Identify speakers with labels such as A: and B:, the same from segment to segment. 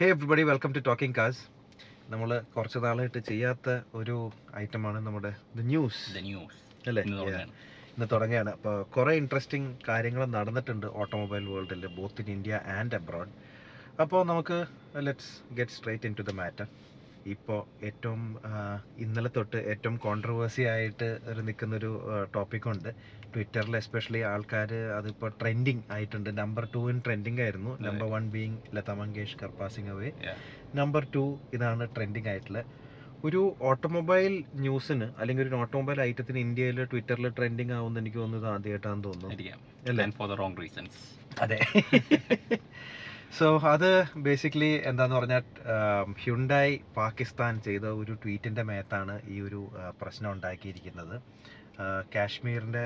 A: Hey everybody welcome to talking cars നമ്മൾ കുറച്ച് നാളായിട്ട് ചെയ്യാത്ത ഒരു ഐറ്റമാണ് നമ്മുടെ ദ ന്യൂസ്
B: The news.
A: അല്ലേ
B: ഇന്ന് തുടങ്ങുകയാണ്.
A: ഇന്ന് തുടങ്ങിയാണ് അപ്പോൾ കുറേ ഇൻട്രസ്റ്റിംഗ് കാര്യങ്ങൾ നടന്നിട്ടുണ്ട് ഓട്ടോമൊബൈൽ വേൾഡിൽ both in India and abroad അപ്പോൾ നമുക്ക് uh, let's get straight into the matter ഇപ്പോൾ ഏറ്റവും ആ, ഇന്നലെ തൊട്ട് ഏറ്റവും കോൺട്രവേഴ്സി ആയിട്ട് ഒരു നിൽക്കുന്നൊരു uh, ടോപ്പിക്കുണ്ട് ട്വിറ്ററിൽ എസ്പെഷ്യലി ആൾക്കാർ അതിപ്പോൾ ട്രെൻഡിങ് ആയിട്ടുണ്ട് നമ്പർ ടു ഇൻ ട്രെൻഡിങ് ആയിരുന്നു
B: Right.
A: Number one being Lata Mangeshkar passing away
B: Yeah.
A: Number two ഇതാണ് ട്രെൻഡിങ് ആയിട്ടുള്ള ഒരു ഓട്ടോമൊബൈൽ ന്യൂസിന് അല്ലെങ്കിൽ ഒരു ഓട്ടോമൊബൈൽ ഐറ്റത്തിന് ഇന്ത്യയിൽ ട്വിറ്ററിൽ ട്രെൻഡിങ് ആവുമെന്ന് എനിക്ക് തോന്നുന്നത് ആദ്യമായിട്ടാണെന്ന് തോന്നുന്നു
B: ആയിരിക്കാം.
A: അല്ലേ
B: And for the wrong reasons.
A: അതെ സോ അത് ബേസിക്കലി എന്താന്ന് പറഞ്ഞാൽ ഹ്യുണ്ടായി പാകിസ്ഥാൻ ചെയ്ത ഒരു ട്വീറ്റിൻ്റെ മേത്താണ് ഈ ഒരു ആ, പ്രശ്നം ഉണ്ടാക്കിയിരിക്കുന്നത് Uh, ആ, കാശ്മീരിൻ്റെ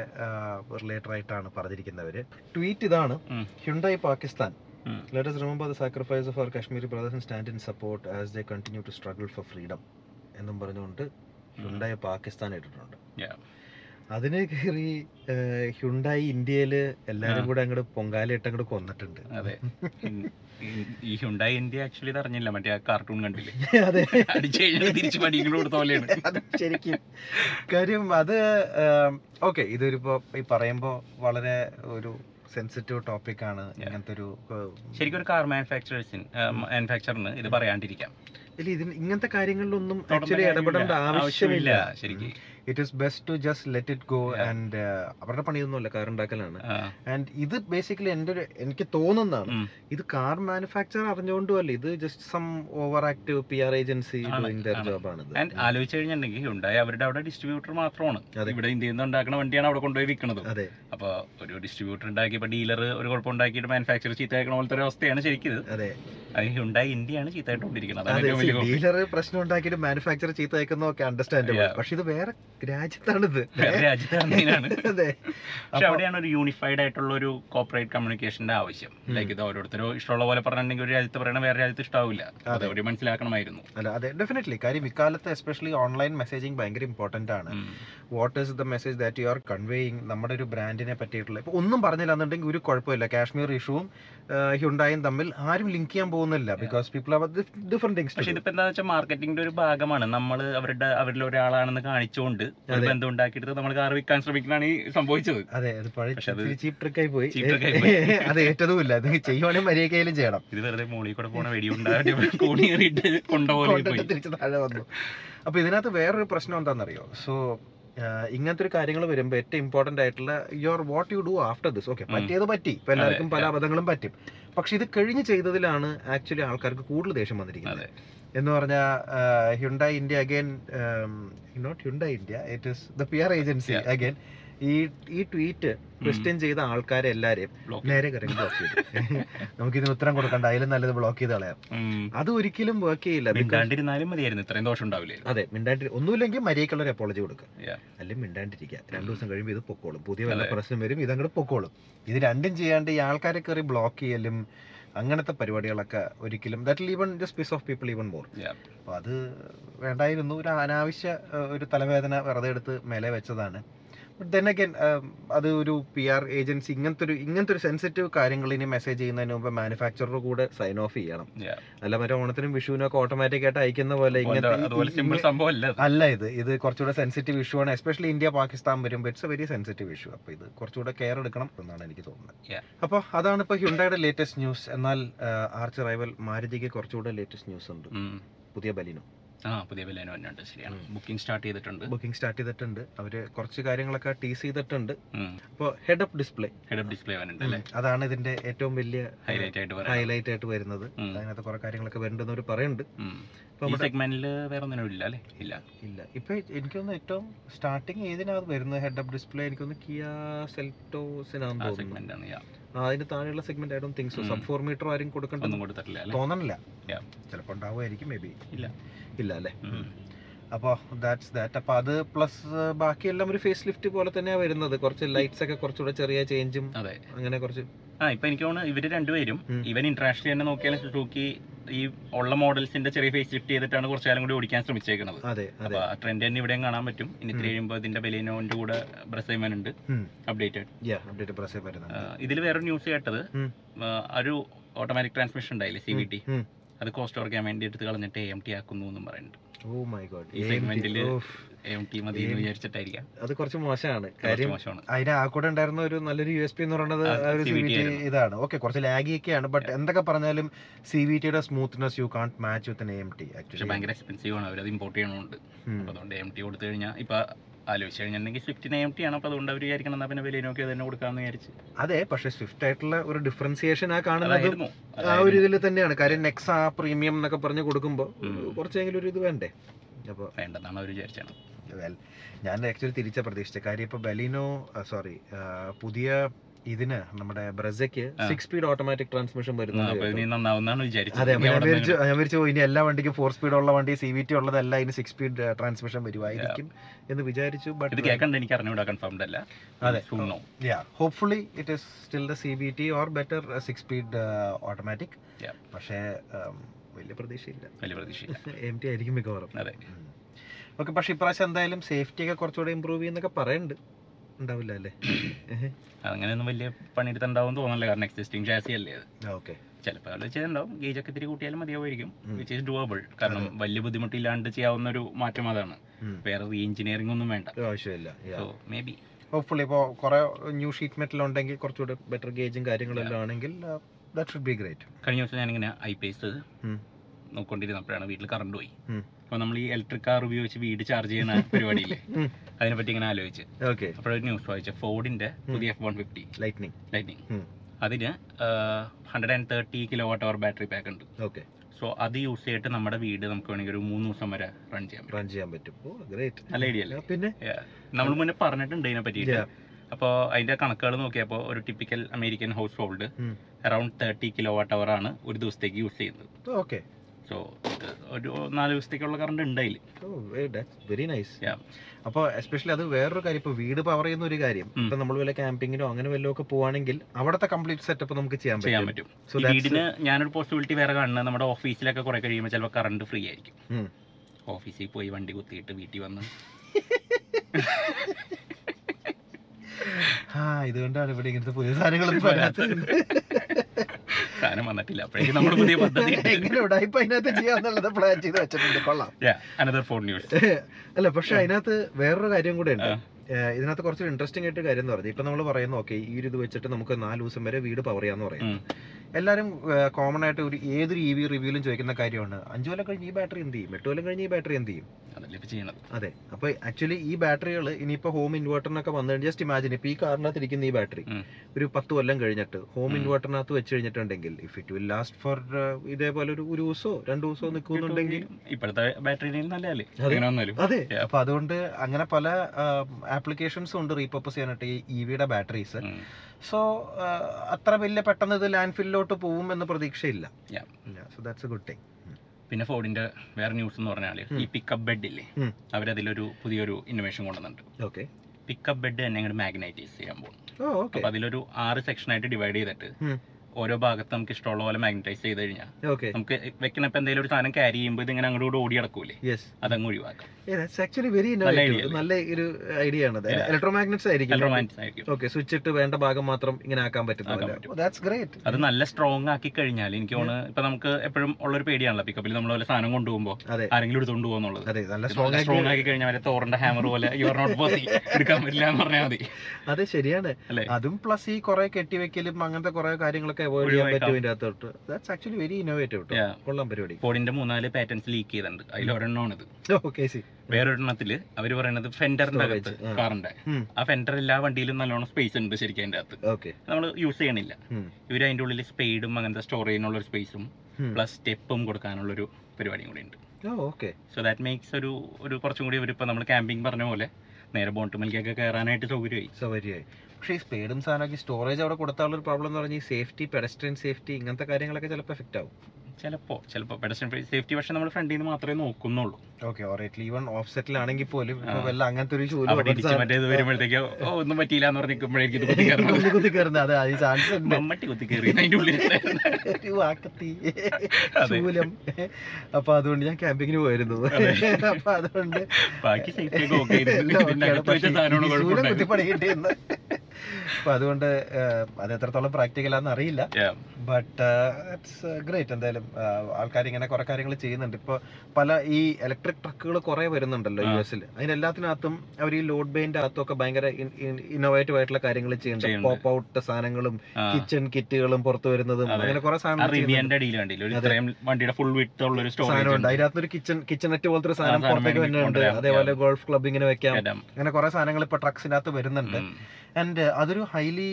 A: റിലേറ്റഡ് ആയിട്ടാണ് പറഞ്ഞിരിക്കുന്നവർ ട്വീറ്റ് ഇതാണ്
B: ഉം.
A: ഹ്യുണ്ടായി പാകിസ്ഥാൻ
B: ഉം.
A: Let us remember the sacrifice of our Kashmiri brothers and stand in support as they continue to struggle for freedom എന്നും പറഞ്ഞുകൊണ്ട്
B: Mm.
A: ഹ്യുണ്ടായി പാകിസ്ഥാൻ ഇട്ടിട്ടുണ്ട്
B: Yeah.
A: അതിന് കയറി ഹ്യുണ്ടായി ഇന്ത്യയിൽ എല്ലാരും
B: ആ.
A: കൂടെ അങ്ങോട്ട് പൊങ്കാലയിട്ട് അങ്ങോട്ട് കൊന്നിട്ടുണ്ട്
B: അതെ. ഇൻ- ഇൻ- ഈ ഹ്യുണ്ടായി ഇന്ത്യ ആക്ച്വലി ഇത് അറിഞ്ഞില്ല മറ്റേ ആ കാർട്ടൂൺ കണ്ടില്ലേ
A: അതെ
B: അടിച്ചു കഴിഞ്ഞാൽ തിരിച്ച് പണിയിങ്ങോട് കൊടുത്ത പോലെയാണ്
A: അത് ശരിക്കും കാര്യം അത് ഓക്കെ ഇതൊരിപ്പോ ഈ പറയുമ്പോ വളരെ ഒരു സെൻസിറ്റീവ് ടോപ്പിക്കാണ് ഇങ്ങനത്തെ ഒരു ഏഹ്,
B: ശരിക്കും ഒരു കാർ മാനുഫാക്ചറേഴ്സിന് മാനുഫാക്ചറിന് ഇത് പറയാണ്ടിരിക്കാം
A: ഇല്ല ഇതിന് ഇങ്ങനത്തെ കാര്യങ്ങളിലൊന്നും
B: തുടർന്ന്
A: ആക്ച്വലി
B: കാര്യമില്ല.
A: ഇടപെടേണ്ട ആവശ്യമില്ല
B: ശരിക്ക്
A: it is best to just let it go
B: Yeah.
A: And അവരുടെ പണിയൊന്നുമല്ല കാർ ഉണ്ടാക്കലാണ്
B: ആ,
A: ആൻഡ് ഇത് ബേസിക്കലി എൻ്റെ ഒരു എനിക്ക് തോന്നുന്നതാണ്
B: ഉം.
A: ഇത് കാർ മാനുഫാക്ചർ അറിഞ്ഞുകൊണ്ടും അല്ല ഇത് just some over active P R agency
B: ആണ്,
A: ഡൂയിങ് ദർ
B: ആണ്.
A: ജോബാണിത്
B: ആൻഡ് ആലോചിച്ച് കഴിഞ്ഞിട്ടുണ്ടെങ്കിൽ ഹ്യുണ്ടായി അവരുടെ അവിടെ ഡിസ്ട്രിബ്യൂട്ടർ മാത്രമാണ്
A: അതെ.
B: ഇവിടെ ഇന്ത്യയിൽ നിന്ന് ഉണ്ടാക്കുന്ന വണ്ടിയാണ് അവിടെ കൊണ്ടുപോയി വിൽക്കുന്നത്
A: അതെ
B: അപ്പോൾ ഒരു ഡിസ്ട്രിബ്യൂട്ടർ ഉണ്ടാക്കിയപ്പോൾ ഡീലർ ഒരു കുഴപ്പം ഉണ്ടാക്കിയിട്ട് മാനുഫാക്ചർ ചീത്തയാക്കുന്ന പോലത്തെ ഒരു അവസ്ഥയാണ് ശരിക്കും ഇത്
A: അതെ
B: അത് ഹ്യുണ്ടായി ഇന്ത്യയാണ് ചീത്തയായിട്ടുകൊണ്ടിരിക്കുന്നത് അതാണ്
A: അതെ
B: ഏറ്റവും വലിയ കുഴപ്പം.
A: ഡീലർ പ്രശ്നം ഉണ്ടാക്കിയിട്ട് മാനുഫാക്ചർ ചീത്ത അയക്കുന്നൊക്കെ അണ്ടർസ്റ്റാൻഡബിൾ
B: Yeah.
A: പക്ഷെ ഇത് വേറെ രാജ്യത്താണിത്
B: വേറെ
A: ഏ?
B: രാജ്യത്താണ് ഇതിനാണ്
A: അതെ
B: പക്ഷെ അവിടെയാണ് ഒരു യൂണിഫൈഡ് ആയിട്ടുള്ള ഒരു കോർപ്പറേറ്റ് കമ്മ്യൂണിക്കേഷന്റെ ആവശ്യം
A: ഉം.
B: ലൈക്ക് ഇത് ഓരോരുത്തരും ഇഷ്ടമുള്ള പോലെ പറഞ്ഞിട്ടുണ്ടെങ്കിൽ ഒരു രാജ്യത്ത് പറയണ വേറെ രാജ്യത്ത് ഇഷ്ടാവില്ല അത്
A: അതെ.
B: അവർ മനസ്സിലാക്കണമായിരുന്നു
A: അല്ല അതെ ഡെഫിനറ്റ്ലി കാര്യം ഇക്കാലത്ത് എസ്പെഷ്യലി ഓൺലൈൻ മെസ്സേജിങ് ഭയങ്കര ഇമ്പോർട്ടൻ്റ് ആണ്
B: ഉം.
A: What is the message that you are conveying നമ്മുടെ ഒരു ബ്രാൻഡിനെ പറ്റിയിട്ടുള്ള ഇപ്പോൾ ഒന്നും പറഞ്ഞില്ല എന്നുണ്ടെങ്കിൽ ഒരു കുഴപ്പമില്ല കാശ്മീർ ഇഷ്യൂവും ഹ്യുണ്ടായും തമ്മിൽ ആരും ലിങ്ക് ചെയ്യാൻ പോകുന്നില്ല ബിക്കോസ് പീപ്പിൾ ആർ ഡിഫറെന്റ്
B: പക്ഷെ
A: തിങ്സ്
B: ഇതിപ്പോ എന്താ വെച്ചാൽ മാർക്കറ്റിംഗിന്റെ ഒരു ഭാഗമാണ് നമ്മൾ അവരുടെ അവരിൽ ഒരാളാണെന്ന് കാണിച്ചുകൊണ്ട് ഒരു
A: അതെ.
B: ബന്ധം ഉണ്ടാക്കിയിട്ട് നമ്മൾ കാർ വിൽക്കാൻ ശ്രമിക്കുന്നതാണ് ഈ സംഭവിച്ചത്
A: അതെ അത്
B: പക്ഷെ അത്
A: പഴയ ചീപ്പ് ട്രിക്കായി പോയി
B: cheap trick ആയി പോയി.
A: അത് ഏറ്റതുമില്ല അത് ചെയ്യുവാണെങ്കിൽ മര്യാദയിലും ചെയ്യണം
B: ഇത് വെറുതെ മോളിൽ കൂടെ പോണ വെടിയുണ്ടായിട്ട് കോടിയേറിയിട്ട്
A: Content
B: കൊണ്ടുപോയി
A: തിരിച്ച് താഴെ വന്നു അപ്പോൾ ഇതിനകത്ത് വേറൊരു പ്രശ്നം എന്താണെന്നറിയോ സോ ഇങ്ങനത്തെ ഒരു കാര്യങ്ങൾ വരുമ്പോൾ ഏറ്റവും ഇമ്പോർട്ടൻ്റ് ആയിട്ടുള്ള your what you do after this okay
B: ഉം.
A: പറ്റിയത് പറ്റി ഇപ്പം
B: അതെ,
A: എല്ലാവർക്കും പല
B: yeah.
A: അബദ്ധങ്ങളും പറ്റും പക്ഷെ ഇത് കഴിഞ്ഞ് ചെയ്തതിലാണ് ആക്ച്വലി ആൾക്കാർക്ക് കൂടുതൽ ദേഷ്യം വന്നിരിക്കുന്നത്
B: അതെ
A: എന്ന് പറഞ്ഞാൽ Hyundai India again not Hyundai India it is the P R agency
B: Yeah.
A: Again ഈ ഈ ട്വീറ്റ് ക്വസ്റ്റ്യൻ ചെയ്ത ആൾക്കാരെ എല്ലാവരെയും
B: Block.
A: നേരെ കറങ്ങി ബ്ലോക്ക് ചെയ്തു നമുക്കിതിന് ഉത്തരം കൊടുക്കണ്ട അതിലും നല്ലത് ബ്ലോക്ക് ചെയ്ത് കളയാം
B: ഉം.
A: അത് ഒരിക്കലും വർക്ക് ചെയ്യില്ല because-
B: മിണ്ടാണ്ടിരുന്നാലും മതിയായിരുന്നു ഇത്രയും ദോഷം ഉണ്ടാവില്ലേ
A: അതെ മിണ്ടാണ്ടി ഒന്നുമില്ലെങ്കിൽ മര്യാദക്കുള്ള ഒരു അപ്പോളജി കൊടുക്കുക
B: Yeah.
A: അല്ലെങ്കിൽ മിണ്ടാണ്ടിരിക്കുക രണ്ടു ദിവസം കഴിയുമ്പോൾ ഇത് പൊക്കോളും പുതിയ
B: അതെ.
A: വല്ല പ്രശ്നം വരും ഇതങ്ങോട്ട് പൊക്കോളും ഇത് രണ്ടും ചെയ്യാണ്ട് ഈ ആൾക്കാരെ കയറി ബ്ലോക്ക് ചെയ്യലും അങ്ങനത്തെ പരിപാടികളൊക്കെ ഒരിക്കലും that even just piece of people even more
B: Yeah.
A: അപ്പോൾ അത് വേണ്ടായിരുന്നു ഒരു അനാവശ്യ ഏഹ്, ഒരു തലവേദന വെറുതെ എടുത്ത് മേലെ വെച്ചതാണ് ബട്ട് then again ഏഹ്, അത് ഒരു പി ആർ ഏജൻസി ഇങ്ങനത്തെ ഒരു ഇങ്ങനത്തെ ഒരു സെൻസിറ്റീവ് കാര്യങ്ങൾ ഇനി മെസ്സേജ് ചെയ്യുന്നതിന് മുമ്പ് മാനുഫാക്ചറുടെ കൂടെ സൈൻ ഓഫ് ചെയ്യണം
B: Yeah.
A: അല്ല മറ്റേ ഓണത്തിനും വിഷുവിനും ഒക്കെ ഓട്ടോമാറ്റിക് ആയിട്ട് അയക്കുന്ന പോലെ
B: അതുപോലെ-
A: ഇങ്ങനത്തെ
B: അതുപോലെ
A: ഇങ്ങ-
B: സിമ്പിൾ സംഭവം അല്ല അത്.
A: അല്ല ഇത് ഇത് കുറച്ചുകൂടെ സെൻസിറ്റീവ് ഇഷ്യൂ ആണ് എസ്പെഷ്യലി ഇന്ത്യ പാകിസ്ഥാൻ വരുമ്പോൾ it's a very sensitive issue അപ്പോൾ ഇത് കുറച്ചുകൂടെ കെയർ എടുക്കണം എന്നാണ് എനിക്ക്
B: Yeah.
A: തോന്നുന്നത് അപ്പോൾ അതാണ് ഇപ്പോൾ ഹ്യുണ്ടായുടെ ലേറ്റസ്റ്റ് ന്യൂസ് എന്നാൽ ആർച്ച് റൈവൽ മാരുതിക്ക് കുറച്ചുകൂടെ ലേറ്റസ്റ്റ് ന്യൂസ് ഉണ്ട്
B: ഉം.
A: പുതിയ ബലിനോ
B: ആ പുതിയ വിലയനം വന്നിട്ടുണ്ട് ശരിയാണ്
A: ഉം.
B: ബുക്കിംഗ് സ്റ്റാർട്ട് ചെയ്തിട്ടുണ്ട്
A: ബുക്കിംഗ് സ്റ്റാർട്ട് ചെയ്തിട്ടുണ്ട് അവർ കുറച്ച് കാര്യങ്ങളൊക്കെ ടീസ് ചെയ്തിട്ടുണ്ട്
B: ഉം.
A: അപ്പോൾ head up display
B: head up display വന്നിട്ടുണ്ട് അല്ലേ
A: അതാണ് ഇതിന്റെ ഏറ്റവും വലിയ
B: ഹൈലൈറ്റ് ആയിട്ട് പറയാം
A: ഹൈലൈറ്റ് ആയിട്ട് വരുന്നത്
B: ഉം.
A: അതിനകത്ത് കുറെ കാര്യങ്ങളൊക്കെ വരുന്നുണ്ടെന്ന് അവർ പറയുന്നുണ്ട്
B: ഉം.
A: ഇപ്പൊ
B: ഈ
A: നമ്മുടെ
B: സെഗ്മെന്റിൽ വേറെ ഒന്നിനും ഇല്ല അല്ലേ ഇല്ല
A: ഇല്ല ഇപ്പൊ എനിക്ക് തോന്നുന്നു ഏറ്റവും സ്റ്റാർട്ടിങ് ഏതിനകത്ത് വരുന്നത് ഹെഡ് അപ്പ് ഡിസ്പ്ലേ എനിക്ക് തോന്നുന്നു കിയ സെൽറ്റോസിനാന്ന്
B: ആ
A: തോന്നുന്നു
B: സെഗ്മെന്റ് ആണ് yeah.
A: ആ, അതിന് താഴെയുള്ള segment I do think so
B: ഉം.
A: സബ് ഫോർ മീറ്റർ ആരും കൊടുക്കണ്ടെന്ന്
B: ഒന്നും കൊടുത്തിട്ടില്ല അല്ലേ
A: തോന്നണില്ല
B: Yeah.
A: ചിലപ്പോൾ ഉണ്ടാവുമായിരിക്കും മേ ബി
B: ഇല്ല.
A: ഇല്ല അല്ലേ
B: ഉം.
A: അപ്പോൾ ദാറ്റ്സ് ദാറ്റ് അപ്പോൾ അത് പ്ലസ് ബാക്കിയെല്ലാം ഒരു ഫേസ് ലിഫ്റ്റ് പോലെ തന്നെയാണ് വരുന്നത് കുറച്ച് ലൈറ്റ്സ് ഒക്കെ കുറച്ചുകൂടെ ചെറിയ ചേഞ്ചും
B: അതെ
A: അങ്ങനെ കുറച്ച്
B: ആ ഇപ്പൊ എനിക്ക് തോന്നുന്നു ഇവര് രണ്ടുപേരും
A: ഉം.
B: ഇവൻ ഇന്റർനാഷണലി തന്നെ നോക്കിയാലും സുസൂക്കി ഈ ഉള്ള മോഡൽസിന്റെ ചെറിയ ഫേസ് ലിഫ്റ്റ് ചെയ്തിട്ടാണ് കുറച്ചു കാലം കൂടി ഓടിക്കാൻ ശ്രമിച്ചേക്കുന്നത്
A: അതെ
B: അപ്പൊ
A: അതെ
B: ആ ട്രെൻഡ് തന്നെ ഇവിടെയും കാണാൻ പറ്റും ഇനി ഇത്തിരി
A: ഉം.
B: കഴിയുമ്പോൾ ഇതിന്റെ ബെലീനോന്റെ കൂടെ ബ്രസൈമൻ ഉണ്ട്
A: ഉം.
B: അപ്ഡേറ്റഡ്
A: യാ അപ്ഡേറ്റ് പ്രസ് വരുന്നുണ്ട്
B: ഇതിൽ വേറൊരു ന്യൂസ് കേട്ടത്
A: ഉം.
B: ആ, ഒരു ഓട്ടോമാറ്റിക് ട്രാൻസ്മിഷൻ ഉണ്ടായില്ലേ സി വി ടി
A: ഉം.
B: അത് കോസ്റ്റ് കുറയ്ക്കാൻ വേണ്ടി എടുത്ത് കളഞ്ഞിട്ട് എം ടി ആക്കുന്നു എന്നും പറയുന്നുണ്ട്
A: ഓ മൈ ഗോഡ്
B: ഈ segment-ല് എം ടി മതി എന്ന്
A: AMT.
B: വിചാരിച്ചിട്ടായിരിക്കാം
A: അത് കുറച്ച് മോശമാണ്
B: അത് കുറച്ച്
A: കാര്യം
B: മോശമാണ്
A: അതിന് ആ കൂടെ ഉണ്ടായിരുന്ന ഒരു നല്ലൊരു യു എസ് പി എന്ന് പറയുന്നത്
B: ആ,
A: ആ ഒരു സി
B: CVT
A: വി ടി
B: ആയിരുന്നു.
A: ഇതാണ് ഓക്കെ കുറച്ച് ലാഗിയൊക്കെയാണ് ബട്ട് എന്തൊക്കെ പറഞ്ഞാലും സി വി ടിയുടെ smoothness you can't match with N M T
B: പക്ഷെ ഭയങ്കര എക്സ്പെൻസീവ് ആണ് അവരത് ഇമ്പോർട്ട് ചെയ്യണമുണ്ട് അപ്പൊ
A: ആക്ച്വലി
B: അതുകൊണ്ട് എം ടി കൊടുത്തു കഴിഞ്ഞാൽ ഇപ്പൊ ആലോചിച്ച് കഴിഞ്ഞിട്ടുണ്ടെങ്കിൽ സ്വിഫ്റ്റിന് എം ടി ആണ് അപ്പൊ അതുകൊണ്ട് അവർ വിചാരിക്കണം എന്നാ പിന്നെ ബലേനോക്ക് അത് തന്നെ കൊടുക്കാമെന്ന് വിചാരിച്ച്
A: അതെ പക്ഷെ സ്വിഫ്റ്റ് ആയിട്ടുള്ള ഒരു ഡിഫറൻസിയേഷൻ ആ കാണുന്നത്
B: അതായിരുന്നു
A: ആ ഒരു
B: അതായിരുന്നു.
A: ഇതിൽ തന്നെയാണ് കാര്യം നെക്സ ആ പ്രീമിയം എന്നൊക്കെ പറഞ്ഞ് കൊടുക്കുമ്പോൾ
B: ഉം.
A: കുറച്ചെങ്കിലും ഒരു ഇത് വേണ്ടേ അപ്പോൾ
B: വേണ്ടെന്നാണ് അവർ വിചാരിച്ചത്
A: വെൽ ഞാൻ ആക്ച്വലി തിരിച്ച പ്രതീക്ഷിച്ചത് കാര്യം ഇപ്പോൾ ബെലിനോ സോറി പുതിയ ഇതിന് നമ്മുടെ ബ്രസയ്ക്ക്
B: ആ.
A: സിക്സ് സ്പീഡ് ഓട്ടോമാറ്റിക് ട്രാൻസ്മിഷൻ
B: ആ, അപ്പൊ
A: വരുന്നത്
B: ഇനി നന്നാവുന്നാണ് വിചാരിച്ചത്
A: അതെ അപ്പൊ
B: ഇനി
A: ഞാൻ
B: അവിടെ
A: വിചാരിച്ചു
B: നിന്ന്
A: ഞാൻ വിചാരിച്ചു ഓ, ഇനി എല്ലാ വണ്ടിക്കും ഫോർ സ്പീഡ് ഉള്ള വണ്ടി സി വി ടി ഉള്ളതല്ല ഇനി സിക്സ് സ്പീഡ് ട്രാൻസ്മിഷൻ വരുമായിരിക്കും എന്ന് വിചാരിച്ചു uh,
B: ഇത്
A: ബട്ട്
B: കേൾക്കണ്ട എനിക്ക് അറിഞ്ഞൂടാ കൺഫേംഡ് അല്ല
A: അതെ.
B: Soon know.
A: Yeah hopefully it is still the C B T or better six speed automatic
B: Yeah.
A: uh, പക്ഷേ ഉം, വലിയ പ്രതീക്ഷയില്ല
B: വലിയ പ്രതീക്ഷയില്ല
A: എം ടി ആയിരിക്കും മിക്കവാറും
B: അതെ.
A: ഓക്കെ പക്ഷെ ഇപ്രാവശ്യം എന്തായാലും സേഫ്റ്റി ഒക്കെ കുറച്ചുകൂടെ ഇമ്പ്രൂവ് ചെയ്യുന്നൊക്കെ പറയുന്നുണ്ട് ഉണ്ടാവില്ല അല്ലേ
B: അങ്ങനെയൊന്നും വലിയ പണിയെടുത്തുണ്ടാവും തോന്നല്ല കാരണം എക്സിസ്റ്റിംഗ് ചാസി അല്ലേ അത്
A: ഓക്കെ
B: ചിലപ്പോൾ അവർ ചെയ്തിട്ടുണ്ടാവും ഗേജ് ഒക്കെ ഇത്തിരി കൂട്ടിയാലും മതിയാവുമായിരിക്കും
A: ഉം.
B: വിച്ച് ഈസ് ഡുവബിൾ കാരണം
A: അതെ.
B: വലിയ ബുദ്ധിമുട്ടില്ലാണ്ട് ചെയ്യാവുന്ന ഒരു മാറ്റം അതാണ് വേറെ റീ എഞ്ചിനീയറിംഗ് ഒന്നും വേണ്ട
A: ആവശ്യമില്ല
B: സോ മേ ബി
A: ഹോപ്പ്ഫുള്ളി ഇപ്പോൾ കുറേ ന്യൂ ഷീറ്റ് മെറ്റൽ ഉണ്ടെങ്കിൽ കുറച്ചുകൂടെ ബെറ്റർ ഗേജും കാര്യങ്ങളെല്ലാം ആണെങ്കിൽ uh, that should be great
B: കഴിഞ്ഞ ദിവസം ഞാനിങ്ങനെ ഐ പി എസ്
A: ഉം.
B: നോക്കിക്കൊണ്ടിരുന്നപ്പോഴാണ് വീട്ടിൽ കറണ്ട് പോയി
A: ഉം.
B: അപ്പോൾ നമ്മൾ ഈ ഇലക്ട്രിക് കാർ ഉപയോഗിച്ച് വീട് ചാർജ് ചെയ്യുന്ന പരിപാടിയില്ലേ
A: ഉം.
B: അതിനെപ്പറ്റി ഇങ്ങനെ ആലോചിച്ച്
A: ഓക്കെ
B: അപ്പോഴൊരു ന്യൂസ് വായിച്ച ഫോർഡിന്റെ പുതിയ F one fifty
A: lightning
B: lighting
A: ഉം.
B: അതിന് hundred and thirty kilo watt hour battery pack ഉണ്ട്
A: ഓക്കെ
B: സോ അത് യൂസ് ചെയ്തിട്ട് നമ്മുടെ വീട് നമുക്ക് വേണമെങ്കിൽ ഒരു മൂന്ന് ദിവസം വരെ റൺ ചെയ്യാൻ പറ്റും
A: റൺ ചെയ്യാൻ പറ്റും ഓ ഗ്രേറ്റ്
B: നല്ല idea അല്ലേ?
A: പിന്നെ
B: നമ്മൾ മുന്നേ പറഞ്ഞിട്ടുണ്ട് ഇതിനെ പറ്റിയിട്ട്
A: Yeah.
B: അപ്പോൾ അതിന്റെ കണക്കുകൾ നോക്കിയപ്പോൾ ഒരു ടിപ്പിക്കൽ അമേരിക്കൻ ഹൗസ് ഹോൾഡ്
A: ഉം.
B: Around thirty kilo watt hour ആണ് ഒരു ദിവസത്തേക്ക് യൂസ് ചെയ്യുന്നത്
A: ഓക്കെ
B: സോ ഒരു നാല് ദിവസത്തേക്കുള്ള കറണ്ട് ഉണ്ടായില്ല
A: വെരി നൈസ്
B: Yeah.
A: അപ്പോൾ എസ്പെഷ്യലി അത് വേറൊരു കാര്യം ഇപ്പോൾ വീട് പവർ ചെയ്യുന്ന ഒരു കാര്യം
B: ഉം.
A: ഇപ്പം നമ്മൾ വല്ല ക്യാമ്പിങ്ങിനോ അങ്ങനെ വല്ലതും ഒക്കെ പോവാണെങ്കിൽ അവിടുത്തെ കംപ്ലീറ്റ് സെറ്റപ്പ് നമുക്ക് ചെയ്യാൻ
B: ചെയ്യാൻ
A: പറ്റും
B: പറ്റും
A: സോ
B: ഈ വീടിന് ഞാനൊരു പോസിബിലിറ്റി വേറെ കാണുന്നത് നമ്മുടെ ഓഫീസിലൊക്കെ കുറെ കഴിയുമ്പോൾ ചിലപ്പോൾ കറണ്ട് ഫ്രീ ആയിരിക്കും
A: ഉം.
B: ഓഫീസിൽ പോയി വണ്ടി കുത്തിയിട്ട് വീട്ടിൽ വന്ന്
A: ആ ഇതുകൊണ്ടാണ് ഇവിടെ ഇങ്ങനത്തെ പുതിയ സാധനങ്ങളൊന്നും വരാത്തത്
B: സാധനം വന്നിട്ടില്ല അപ്പോഴേക്കും നമ്മൾ പുതിയ പദ്ധതി
A: എങ്ങനെ ഉടായ്പ അതിനകത്ത് ചെയ്യാന്നുള്ളത് പ്ലാൻ ചെയ്ത് വെച്ചിട്ടുണ്ട് കൊള്ളാം
B: അനദർ ഫോർ ന്യൂസ്
A: അല്ല പക്ഷെ അതിനകത്ത് വേറൊരു കാര്യം കൂടെ ഉണ്ട്
B: ആ.
A: ഇതിനകത്ത് കുറച്ച് ഇൻട്രസ്റ്റിംഗ് ആയിട്ട് കാര്യം എന്ന് പറഞ്ഞത് ഇപ്പൊ നമ്മൾ പറയുന്ന ഓക്കെ ഈ ഒരു ഇത് വെച്ചിട്ട് നമുക്ക് നാല് ദിവസം വരെ വീട് പവർ ചെയ്യാന്ന് പറയും
B: ഉം.
A: എല്ലാവരും കോമൺ ആയിട്ട് ഒരു ഏതൊരു ഇ വി റിവ്യൂലും ചോദിക്കുന്ന കാര്യമാണ് അഞ്ചു കൊല്ലം കഴിഞ്ഞ് ഈ ബാറ്ററി എന്ത് ചെയ്യും എട്ട് കൊല്ലം കഴിഞ്ഞ് ഈ ബാറ്ററി എന്ത് ചെയ്യും
B: അതല്ലേ ഇപ്പൊ ചെയ്യണത്
A: അതെ അപ്പൊ ആക്ച്വലി ഈ ബാറ്ററികൾ ഇനിയിപ്പോ ഹോം ഇൻവേർട്ടറിനൊക്കെ വന്നു കഴിഞ്ഞാൽ ജസ്റ്റ് ഇമാജിൻ ഇപ്പൊ ഈ കാറിനകത്ത് ഇരിക്കുന്ന ഈ ബാറ്ററി
B: ഉം.
A: ഒരു പത്ത് കൊല്ലം കഴിഞ്ഞിട്ട് ഹോം
B: ഉം.
A: ഇൻവേർട്ടറിനകത്ത് വെച്ച് കഴിഞ്ഞിട്ടുണ്ടെങ്കിൽ if it will last for ഇതേപോലെ ഒരു ഒരു ദിവസമോ രണ്ടു ദിവസമോ നിൽക്കുന്നുണ്ടെങ്കിൽ
B: ഇപ്പോഴത്തെ ബാറ്ററിയിൽ നല്ലതല്ലേ
A: അതെ.
B: അങ്ങനെ വന്നാലും
A: അതെ
B: Yeah.
A: അപ്പൊ അതുകൊണ്ട് അങ്ങനെ പല ആപ്ലിക്കേഷൻസും ഉണ്ട് റീപർപ്പസ് ചെയ്യാനായിട്ട് ഈ ഇ വിയുടെ ബാറ്ററീസ്
B: ഉം.
A: സോ അത്ര വലിയ പെട്ടെന്ന് ഇത് ലാൻഡ് ഫില്ലിലോട്ട് പോകും എന്ന പ്രതീക്ഷയില്ല
B: Yeah.
A: So that's a good thing
B: പിന്നെ ഫോർഡിന്റെ വേറെ ന്യൂസ് എന്ന് പറഞ്ഞാൽ
A: ഉം.
B: ഈ പിക്കപ്പ് ബെഡ് ഇല്ലേ
A: ഉം.
B: അവരതിലൊരു പുതിയൊരു ഇന്നോവേഷൻ കൊണ്ടുവന്നിട്ടുണ്ട്
A: ഓക്കെ
B: പിക്കപ്പ് ബെഡ് തന്നെ അങ്ങോട്ട് മാഗ്നൈറ്റൈസ് ചെയ്യാൻ പോകും
A: ഓ ഓക്കെ
B: അപ്പൊ അതിലൊരു ആറ് സെക്ഷനായിട്ട് ഡിവൈഡ് ചെയ്തിട്ട്
A: ഉം.
B: ഓരോ ഭാഗത്ത് നമുക്ക് ഇഷ്ടമുള്ള പോലെ മാഗ്നറ്റൈസ് ചെയ്ത് കഴിഞ്ഞാൽ
A: ഓക്കെ
B: നമുക്ക് വെക്കണപ്പോ എന്തെങ്കിലും ഒരു സാധനം ക്യാരി ചെയ്യുമ്പോൾ ഇതിങ്ങനെ അങ്ങോട്ട് കൂടെ ഓടി നടക്കൂലേ
A: യെസ്
B: അതങ്ങ് ഒഴിവാക്കാം
A: ആക്ച്വലി വെരി
B: idea
A: ഇന്നോവേറ്റീവ്
B: അല്ലേ?
A: നല്ല ഒരു ഐഡിയ ആണ്
B: Yeah.
A: ഇലക്ട്രോമാഗ്നറ്റ്സ് ആയിരിക്കും
B: റൊമാൻറ്റിക് ആയിരിക്കും
A: ഓക്കെ സ്വിച്ച് ഇട്ട് വേണ്ട ഭാഗം മാത്രം ഇങ്ങനെ ആക്കാൻ
B: ആക്കാൻ
A: പറ്റുന്ന
B: പറ്റും.
A: ദാറ്റ്സ് ഗ്രേറ്റ്
B: അത് നല്ല സ്ട്രോങ് ആക്കി കഴിഞ്ഞാൽ എനിക്ക് തോന്നുന്നു ഇപ്പൊ നമുക്ക് എപ്പോഴും ഉള്ളൊരു പേടിയാണല്ലോ പിക്കപ്പിൽ നമ്മൾ വല്ല സാധനം കൊണ്ടുപോകുമ്പോൾ
A: അതെ
B: ആരെങ്കിലും എടുത്തുകൊണ്ട് പോകുന്നുള്ളത്
A: അതെ നല്ല സ്ട്രോങ്
B: സ്ട്രോങ്
A: ആയിട്ട്
B: ആക്കി കഴിഞ്ഞാൽ അവരെ തോറിന്റെ ഹാമർ പോലെ യു ആർ നോട്ട് പോത്തി എടുക്കാൻ പറ്റില്ല എന്ന് പറഞ്ഞാൽ മതി
A: അതെ ശരിയാണ്
B: അല്ലേ?
A: അതും പ്ലസ് ഈ കുറെ കെട്ടിവെക്കലും അങ്ങനത്തെ കുറെ കാര്യങ്ങളൊക്കെ അവോയ്ഡ് ചെയ്യാൻ
B: ഒഴിവാക്കാം.
A: പറ്റും ഇതിന്റെ അകത്തോട്ട് ദാറ്റ്സ് ആക്ച്വലി വെരി ഇന്നോവേറ്റീവ് കേട്ടോ
B: Yeah.
A: കൊള്ളാം പരിപാടി Oh,
B: ഫോണിന്റെ മൂന്നാല് പാറ്റേൺസ് ലീക്ക് ചെയ്തിട്ടുണ്ട് അതിലൊരെണ്ണമാണിത്
A: ഓക്കെ സി
B: വേറൊരെണ്ണത്തില് അവർ പറയണത് ഫെൻഡറിന്റെ അകത്ത്
A: Storage, ആ.
B: കാറിന്റെ
A: ഉം.
B: ആ ഫെൻഡർ എല്ലാ വണ്ടിയിലും നല്ലോണം സ്പേസ് ഉണ്ട് ശരിക്കും അതിന്റെ അകത്ത്
A: ഓക്കെ
B: നമ്മൾ യൂസ് ചെയ്യണില്ല
A: hmm,
B: ഇവർ അതിന്റെ ഉള്ളിൽ സ്പെയ്ഡും അങ്ങനത്തെ സ്റ്റോർ ചെയ്യാനുള്ള ഒരു സ്പേസും
A: hmm.
B: പ്ലസ് സ്റ്റെപ്പും കൊടുക്കാനുള്ള ഒരു പരിപാടിയും കൂടി ഉണ്ട്
A: ഓക്കെ
B: സോ ദാറ്റ് മേക്സ് ഒരു ഒരു കുറച്ചും കൂടി ഒരു ഇപ്പൊ നമ്മൾ ക്യാമ്പിംഗ് പറഞ്ഞ പോലെ നേരെ ബോട്ടുമിലേക്കൊക്കെ കയറാനായിട്ട് സൗകര്യമായി
A: സൗകര്യമായി പക്ഷേ ഈ സ്പീഡും സാധനമൊക്കെ സ്റ്റോറേജ് അവിടെ കൊടുത്താലുള്ള ഒരു പ്രോബ്ലം എന്ന് പറഞ്ഞാൽ ഈ സേഫ്റ്റി പെഡസ്ട്രിയൻ സേഫ്റ്റി ഇങ്ങനത്തെ കാര്യങ്ങളൊക്കെ ചിലപ്പോൾ എഫക്റ്റ് ആവും
B: ചിലപ്പോൾ ചിലപ്പോൾ പെഡസ്ട്രിയൻ സേഫ്റ്റി പക്ഷെ നമ്മൾ ഫ്രണ്ടിൽ നിന്ന് മാത്രമേ നോക്കുന്നുള്ളൂ
A: ഓക്കെ ഓറേറ്റിൽ ഈവൺ ഓഫ് സെറ്റിലാണെങ്കിൽ പോലും ഇപ്പൊ
B: ആ.
A: വല്ല അങ്ങനത്തെ ഒരു ശൂലം
B: അവിടെ ഇടിച്ച് മറ്റേത് വരുമ്പോഴത്തേക്ക് ഓ ഒന്നും പറ്റിയില്ല എന്ന് പറഞ്ഞ് നിൽക്കുമ്പോഴേക്കും ഇത് കുത്തി കയറണം
A: കുത്തി കയറുന്നത് അതെ അത് ചാൻസ് ഉണ്ട്
B: മമ്മട്ടി കുത്തി കയറി അതിന്റെ ഉള്ളിൽ
A: ഒരു വാക്കത്തി
B: അതെ.
A: ശൂലം അപ്പൊ അതുകൊണ്ട് ഞാൻ ക്യാമ്പിങ്ങിന് പോയിരുന്നു
B: അതെ.
A: അപ്പൊ അതുകൊണ്ട്
B: ബാക്കി സൈഡ് ഓക്കെ ഇതിന്റെ
A: ഓക്കെയാണ്.
B: അകത്ത്
A: പക്ഷേ
B: വെച്ച സാധനമാണ്
A: ഈ ശൂലം
B: കുഴപ്പമുണ്ടായിരുന്നു
A: കുത്തിപ്പണി കിട്ടിയെന്ന് അപ്പൊ അതുകൊണ്ട് ഏഹ്, അത് എത്രത്തോളം പ്രാക്ടിക്കൽ ആണെന്ന് അറിയില്ല
B: Yeah.
A: ബട്ട് ഇറ്റ്സ് ഗ്രേറ്റ് എന്തായാലും ആൾക്കാർ ഇങ്ങനെ കുറെ കാര്യങ്ങൾ ചെയ്യുന്നുണ്ട് ഇപ്പൊ പല ഈ ഇലക്ട്രിക് ട്രക്കുകൾ കുറെ വരുന്നുണ്ടല്ലോ യു
B: ആ.
A: എസിൽ അതിനെല്ലാത്തിനകത്തും അവർ ഈ ലോഡ് ബെയിൻ്റെ അകത്തൊക്കെ ഭയങ്കര ഇന്നോവേറ്റീവ് ആയിട്ടുള്ള കാര്യങ്ങൾ ചെയ്യുന്നുണ്ട്
B: ചെയ്യുന്നുണ്ട്.
A: പോപ്പ് ഔട്ട് സാധനങ്ങളും
B: ആ.
A: കിച്ചൺ കിറ്റുകളും പുറത്തു വരുന്നതും
B: അതെ.
A: അങ്ങനെ കുറെ
B: ആ
A: സാധനങ്ങൾ ചെയ്യുന്നുണ്ട്.
B: റിവിയന്റെ അടിയിൽ കണ്ടില്ല ഒരു
A: അതെ.
B: ഇത്രയും വണ്ടിയുടെ ഫുൾ വിട്ട് ഉള്ള ഒരു
A: സാധനം ഉണ്ട്
B: സ്റ്റോറേജ്
A: അതിനകത്തൊരു കിച്ചൺ കിച്ചണറ്റ് പോലത്തെ ഒരു സാധനം
B: സാധനം
A: പുറത്തേക്ക്
B: വേണമെങ്കിൽ
A: വരുന്നുണ്ട്
B: കൊണ്ടുവരാം.
A: അതേപോലെ ഗോൾഫ് ക്ലബ് ഇങ്ങനെ വെക്കാം അങ്ങനെ കുറെ സാധനങ്ങൾ ഇപ്പൊ ട്രക്സിനകത്ത് വരുന്നുണ്ട് ആൻഡ് അതൊരു ഹൈലി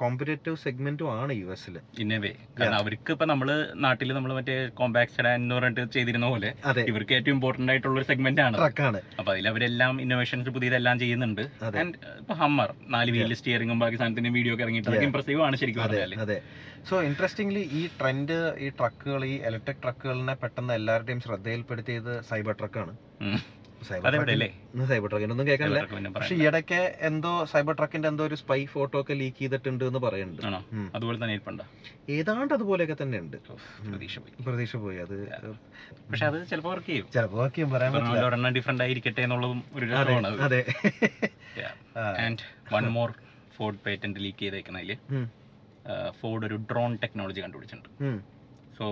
A: കോമ്പറ്റേറ്റീവ് സെഗ്മെന്റും ആണ് യു എസിൽ
B: ഇന്നവേ കാരണം അവർക്ക് ഇപ്പൊ നമ്മള് നാട്ടില് നമ്മള് മറ്റേ കോമ്പാക്ട് സെഡാൻ എന്ന് പറഞ്ഞിട്ട് ചെയ്തിരുന്ന പോലെ
A: അതെ
B: ഇവർക്ക് ഏറ്റവും ഇമ്പോർട്ടന്റ് ആയിട്ടുള്ള ഒരു സെഗ്മെന്റ് ആണ്
A: ട്രക്കാണ്
B: അപ്പൊ അതിൽ അവരെല്ലാം ഇന്നോവേഷൻസ് പുതിയതെല്ലാം ചെയ്യുന്നുണ്ട്
A: അതെ.
B: ആൻഡ് ഇപ്പൊ ഹമ്മർ നാല് വീല് സ്റ്റിയറിംഗും ബാക്കി സാധനത്തിന്റെ വീഡിയോ ഒക്കെ ഇറങ്ങിയിട്ട് അതൊക്കെ
A: Yeah.
B: ഇംപ്രസീവ് ആണ് ശരിക്കും
A: അതെ
B: പറഞ്ഞാല്
A: അതെ സോ ഇൻട്രസ്റ്റിംഗ്ലി ഈ ട്രെൻഡ് ഈ ട്രക്കുകൾ ഈ ഇലക്ട്രിക് ട്രക്കുകളിനെ പെട്ടെന്ന് എല്ലാവരുടെയും ശ്രദ്ധയിൽപ്പെടുത്തിയത് സൈബർ ട്രക്കാണ്
B: ഉം.
A: സൈബർ
B: അതെവിടെ അല്ലേ
A: സൈബർ ട്രക്ക് ഒന്നും കേൾക്കാനില്ല
B: ഇവർക്ക് പിന്നെ
A: പക്ഷെ
B: പറയാനില്ല.
A: ഈയിടയ്ക്ക് എന്തോ സൈബർ ട്രക്കിന്റെ എന്തോ ഒരു സ്പൈ ഫോട്ടോ ഒക്കെ ലീക്ക് ചെയ്തിട്ടുണ്ട് എന്ന് പറയുന്നുണ്ട്
B: ആണോ
A: ഉം.
B: അതുപോലെ തന്നെ ഇരിപ്പണ്ട
A: ഏതാണ്ട് അതുപോലെയൊക്കെ തന്നെ ഉണ്ട്
B: പ്രതീക്ഷ പോയി
A: പ്രതീക്ഷ പോയി അത്
B: പക്ഷെ അത് ചിലപ്പോ വർക്ക് ചെയ്യും
A: ചിലപ്പോ ബാക്കിയും പറയാൻ
B: പറഞ്ഞ പോലെ
A: പറ്റില്ല
B: ഒരെണ്ണം ഡിഫറെന്റ് ആയിരിക്കട്ടെ എന്നുള്ളതും ഒരു
A: അതെ
B: രസമാണ് അത്
A: അതെ
B: Yeah.
A: ആ,
B: and one more Ford patent leak ചെയ്തേക്കുന്നതിൽ
A: ഉം.
B: ഫോർഡ് uh, ഒരു ഡ്രോൺ ടെക്നോളജി കണ്ടുപിടിച്ചിട്ടുണ്ട്
A: ഉം.
B: സോ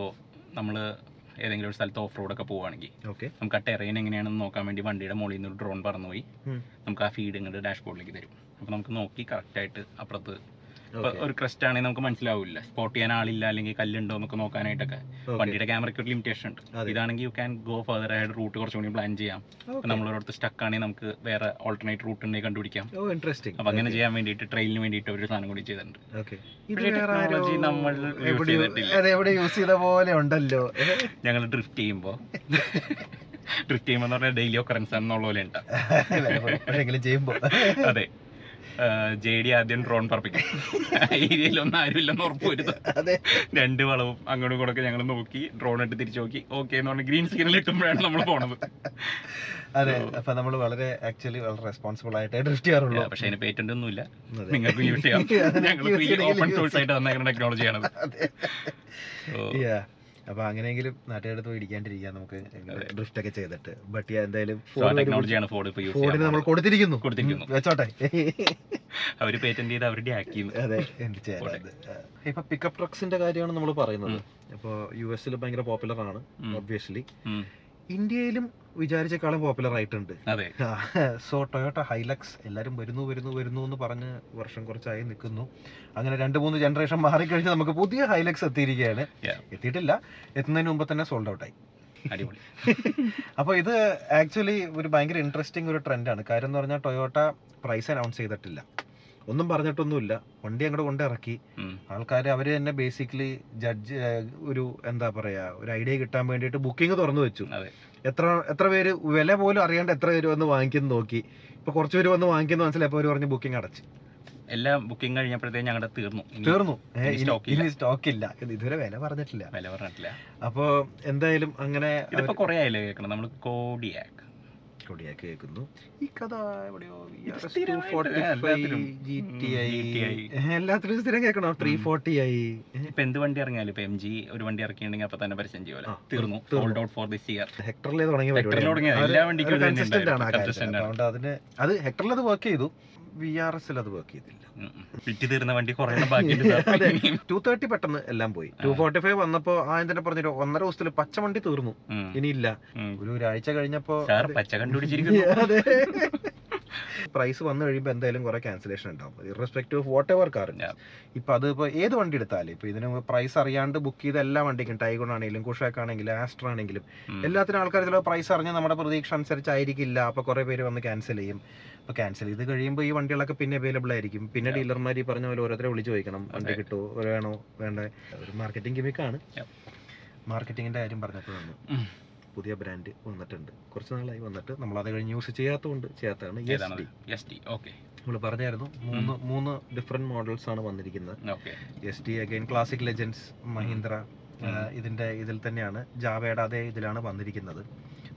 B: നമ്മൾ ഏതെങ്കിലും ഒരു സ്ഥലത്ത് ഓഫ് റോഡൊക്കെ പോവുകയാണെങ്കിൽ
A: ഓക്കെ
B: നമുക്ക് ആ ടെറൈൻ എങ്ങനെയാണെന്ന് നോക്കാൻ വേണ്ടി വണ്ടിയുടെ മുകളിൽ നിന്ന് ഒരു ഡ്രോൺ പറന്നുപോയി
A: ഉം.
B: നമുക്ക് ആ ഫീഡ് ഇങ്ങോട്ട് ഡാഷ്ബോർഡിലേക്ക് തരും അപ്പോൾ നമുക്ക് നോക്കി കറക്റ്റായിട്ട് അപ്പുറത്ത് ഇപ്പൊ
A: ഓക്കെ
B: ഒരു ക്രസ്റ്റ് ആണെങ്കിൽ നമുക്ക് മനസ്സിലാവില്ല സ്പോട്ട് ചെയ്യാൻ ആളില്ല അല്ലെങ്കിൽ കല്ലുണ്ടോ എന്നൊക്കെ നോക്കാനായിട്ടൊക്കെ വണ്ടിയുടെ ക്യാമറയ്ക്ക് ഒരു ലിമിറ്റേഷൻ ഉണ്ട്
A: അതെ.
B: ഇതാണെങ്കിൽ യു ക്യാൻ ഗോ ഫർദർ ആയിട്ട് റൂട്ട് കുറച്ചും കൂടി പ്ലാൻ ചെയ്യാം
A: ഓക്കെ.
B: നമ്മൾ ഒരിടത്ത് സ്റ്റക്ക് ആണെങ്കിൽ നമുക്ക് വേറെ ഓൾട്ടർനേറ്റ് റൂട്ട് ഉണ്ടെങ്കിൽ കണ്ടുപിടിക്കാം
A: ഓ ഇൻട്രസ്റ്റിംഗ്
B: അപ്പൊ അങ്ങനെ ചെയ്യാൻ വേണ്ടിയിട്ട് ട്രെയിനിന് വേണ്ടിയിട്ട് ഒരു സാധനം കൂടി ചെയ്തിട്ടുണ്ട്
A: ഓക്കെ
B: പക്ഷേ technology നമ്മൾ use ചെയ്തിട്ടില്ല.
A: എവിടെ യൂസ് ചെയ്ത പോലെ ഉണ്ടല്ലോ
B: ഞങ്ങൾ ഡ്രിഫ്റ്റ് ചെയ്യുമ്പോൾ ഡ്രിഫ്റ്റ് ചെയ്യുമ്പോൾ എന്ന് പറഞ്ഞാൽ ഡെയിലി ഒക്കറൻസ് ആണെന്നുള്ള പോലെ ഉണ്ടാവും
A: പക്ഷെ എങ്കിലും ചെയ്യുമ്പോ
B: അതെ ജെ ഡി ആദ്യം ഡ്രോൺ പറപ്പിക്കും ഏരിയയിലൊന്നും ആരുമില്ലെന്ന് ഉറപ്പ് വരുത്തും
A: അതെ
B: രണ്ട് വളവും അങ്ങോട്ടും കൂടെ ഞങ്ങൾ നോക്കി ഡ്രോൺ ഇട്ട് തിരിച്ചു നോക്കി ഓക്കെ എന്ന് പറഞ്ഞാൽ ഗ്രീൻ സിഗ്നൽ കിട്ടുമ്പോഴാണ് നമ്മൾ പോണത്
A: അതെ അപ്പൊ നമ്മൾ വളരെ ആക്ച്വലി വളരെ റെസ്പോൺസിബിൾ ആയിട്ടേ ഡ്രിഫ്റ്റ് ചെയ്യാറുള്ളൂ
B: പക്ഷെ അതിന് പേറ്റന്റ് ഒന്നുമില്ല
A: അതെ.
B: നിങ്ങൾക്ക് യൂസ് ചെയ്യാം
A: അതെ,
B: ഞങ്ങൾ
A: use
B: ഫ്രീ
A: ചെയ്യണമെങ്കിൽ
B: ഓപ്പൺ
A: use
B: സോഴ്സ് ആയിട്ട് തന്നേക്കുന്ന ടെക്നോളജിയാണത്
A: അതെ. Yeah. അപ്പൊ അങ്ങനെയെങ്കിലും നാട്ടുകാരുടെ പോയി ഇടിക്കാണ്ടിരിക്കാം നമുക്ക് ഡ്രിഫ്റ്റ് ഒക്കെ ചെയ്തിട്ട് ബട്ട് എന്തായാലും
B: ടെക്നോളജിയാണ് ഫോൺ ഇപ്പൊ യൂസ്
A: ഫോണിന് നമ്മൾ
B: ചെയ്യുന്നത്
A: കൊടുത്തിരിക്കുന്നു
B: കൊടുത്തിരിക്കുന്നു.
A: ഉം, വെച്ചോട്ടെ
B: അവർ പേറ്റന്റ് ചെയ്ത് അവരുടെ hack ചെയ്യുന്നു
A: അതെ എന്ത് ചെയ്യാൻ
B: പോട്ടെ.
A: അത്. ഇപ്പൊ പിക്കപ്പ് ട്രക്സിന്റെ കാര്യമാണ് നമ്മൾ പറയുന്നത് ഇപ്പൊ യു എസിൽ ഭയങ്കര പോപ്പുലർ ആണ്
B: ഉം,
A: ഒബ്വിയസ്ലി
B: ഉം.
A: ഇന്ത്യയിലും വിചാരിച്ചേക്കാളും പോപ്പുലർ ആയിട്ടുണ്ട്
B: അതെ
A: സോ ടൊയോട്ട ഹൈലക്സ് എല്ലാവരും വരുന്നു വരുന്നു വരുന്നു എന്ന് പറഞ്ഞ് വർഷം കുറച്ചായി നിൽക്കുന്നു അങ്ങനെ രണ്ട് മൂന്ന് ജനറേഷൻ മാറിക്കഴിഞ്ഞ് നമുക്ക് പുതിയ ഹൈലക്സ് എത്തിയിരിക്കുകയാണ്
B: Yeah.
A: എത്തിയിട്ടില്ല എത്തുന്നതിന് മുമ്പ് തന്നെ സോൾഡ് ഔട്ടായി
B: അടിപൊളി
A: അപ്പോൾ ഇത് ആക്ച്വലി ഒരു ഭയങ്കര ഇൻട്രസ്റ്റിംഗ് ഒരു ട്രെൻഡാണ് കാര്യം എന്ന് പറഞ്ഞാൽ ടൊയോട്ട പ്രൈസ് അനൗൺസ് ചെയ്തിട്ടില്ല ഒന്നും പറഞ്ഞിട്ടൊന്നുമില്ല വണ്ടി അങ്ങോട്ട് കൊണ്ട് ഇറക്കി
B: ഉം.
A: ആൾക്കാർ അവർ തന്നെ ബേസിക്കലി ജഡ്ജ് ഒരു എന്താ പറയാ ഒരു ഐഡിയ കിട്ടാൻ വേണ്ടിയിട്ട് ബുക്കിംഗ് തുറന്നു വെച്ചു
B: അതെ.
A: എത്ര എത്ര പേര് വില പോലും അറിയാണ്ട് എത്ര പേര് വന്ന് വാങ്ങിക്കുന്നു നോക്കി ഇപ്പൊ കുറച്ച് പേര് വന്ന് വാങ്ങിക്കുന്നു മനസ്സിലായപ്പോൾ അവർ പറഞ്ഞ് ബുക്കിംഗ് അടച്ചു
B: എല്ലാം ബുക്കിംഗ് കഴിഞ്ഞപ്പോഴത്തേക്ക് ഞങ്ങളുടെ തീർന്നു ഇനി
A: തീർന്നു ഏ,
B: ഇനി stock
A: ഇനി സ്റ്റോക്ക് ഇല്ല ഇത് ഇതുവരെ വില പറഞ്ഞിട്ടില്ല
B: വില പറഞ്ഞിട്ടില്ല
A: അപ്പോ എന്തായാലും അങ്ങനെ അവര്
B: ഇതിപ്പോ കുറെ ആയില്ലേ കേൾക്കണം നമ്മൾ കോഡിയാക്ക്
A: കൊടിയാക്കി കേൾക്കുന്നു ഈ കഥ എവിടെയോ
B: ഇത് സ്ഥിരമായിട്ട് എല്ലാത്തിലും. GTI.
A: എല്ലാത്തിലും സ്ഥിരം കേൾക്കണം ത്രീ ഫോർട്ടി ആയി
B: ഇപ്പൊ എന്ത് വണ്ടി ഇറങ്ങിയാലും ഇപ്പൊ എം ജി ഒരു വണ്ടി ഇറക്കിയിട്ടുണ്ടെങ്കിൽ അപ്പൊ തന്നെ പരസ്യം
A: ആ,
B: ചെയ്യുമല്ലോ തീർന്നു
A: തീർന്നു.
B: Sold out for this year
A: ഹെക്ടറിലെ തുടങ്ങിയ
B: ഹെക്ടറിൽ തുടങ്ങിയതാ. എല്ലാ വണ്ടിക്കും ഇത് തന്നെ
A: കൺസിസ്റ്റന്റ് ആണ് ആ
B: ഉണ്ടായിരുന്നു.
A: കാര്യം
B: Consistent ആണ്.
A: അതുകൊണ്ട് അതിന് അത് ഹെക്ടറിൽ അത് വർക്ക് ചെയ്തു വി ആർ എസിൽ അത് വർക്ക് ചെയ്തില്ല
B: വിറ്റ് തീർന്ന വണ്ടി കുറെ എണ്ണം ബാക്കിയുണ്ട് sir.
A: അതെ.
B: ഇനിയും.
A: ടു തേർട്ടി പെട്ടെന്ന് എല്ലാം പോയി ടു
B: ആ.
A: ഫോർട്ടി ഫൈവ് വന്നപ്പോ ആ എന്തിനാ പറഞ്ഞിട്ട് ഒന്നര ദിവസത്തിൽ പച്ച വണ്ടി തീർന്നു
B: ഉം,
A: ഇനിയില്ല
B: ഉം.
A: ഒരു ഒരാഴ്ച കഴിഞ്ഞപ്പോ
B: സാർ പച്ച കണ്ടുപിടിച്ചിരിക്കുന്നു
A: പ്രൈസ് വന്നു കഴിയുമ്പോൾ എന്തായാലും കുറെ ക്യാൻസലേഷൻ ഉണ്ടാവും irrespective of whatever car
B: Yeah.
A: ഇപ്പൊ അത് ഇപ്പൊ ഏത് വണ്ടി എടുത്താലും ഇപ്പൊ ഇതിന് പ്രൈസ് അറിയാണ്ട് ബുക്ക് ചെയ്ത എല്ലാ വണ്ടിക്കും ടൈഗോൺ ആണെങ്കിലും കുഷാക്ക് ആണെങ്കിലും ആസ്ട്ര ആണെങ്കിലും
B: ഉം.
A: എല്ലാത്തിനും ആൾക്കാർ ചിലപ്പോൾ പ്രൈസ് അറിഞ്ഞ് നമ്മുടെ പ്രതീക്ഷ അനുസരിച്ചായിരിക്കില്ല അപ്പോൾ കുറേ പേര് വന്ന് ക്യാൻസൽ ചെയ്യും അപ്പോൾ ക്യാൻസൽ ചെയ്ത് കഴിയുമ്പോൾ ഈ വണ്ടികളൊക്കെ പിന്നെ അവൈലബിൾ ആയിരിക്കും പിന്നെ
B: Yeah.
A: ഡീലർമാർ ഈ പറഞ്ഞ പോലെ ഓരോരുത്തരെ വിളിച്ച് ചോദിക്കണം വണ്ടി
B: അതെ.
A: കിട്ടുമോ വേണോ വേണ്ട ഒരു മാർക്കറ്റിംഗ് ഗിമിക്കാണ്
B: Yep.
A: മാർക്കറ്റിങ്ങിൻ്റെ കാര്യം പറഞ്ഞപ്പോൾ വന്നു
B: ഉം.
A: പുതിയ ബ്രാൻഡ് വന്നിട്ടുണ്ട് കുറച്ച് നാളായി വന്നിട്ട് നമ്മൾ അത് കഴിഞ്ഞ് യൂസ് ചെയ്യാത്തതുകൊണ്ട് ചെയ്യാത്തതാണ് എസ്
B: ഏതാണത്
A: ഡി
B: എസ് ടി ഓക്കെ
A: നമ്മൾ പറഞ്ഞായിരുന്നു മൂന്ന് മൂന്ന് ഡിഫറെൻറ്റ് മോഡൽസ് ആണ് വന്നിരിക്കുന്നത്
B: okay
A: S T again classic legends Mahindra
B: ഉം.
A: ഇതിൻ്റെ ഇതിൽ തന്നെയാണ് ജാവയുടെ അതേ ഇതിലാണ് വന്നിരിക്കുന്നത്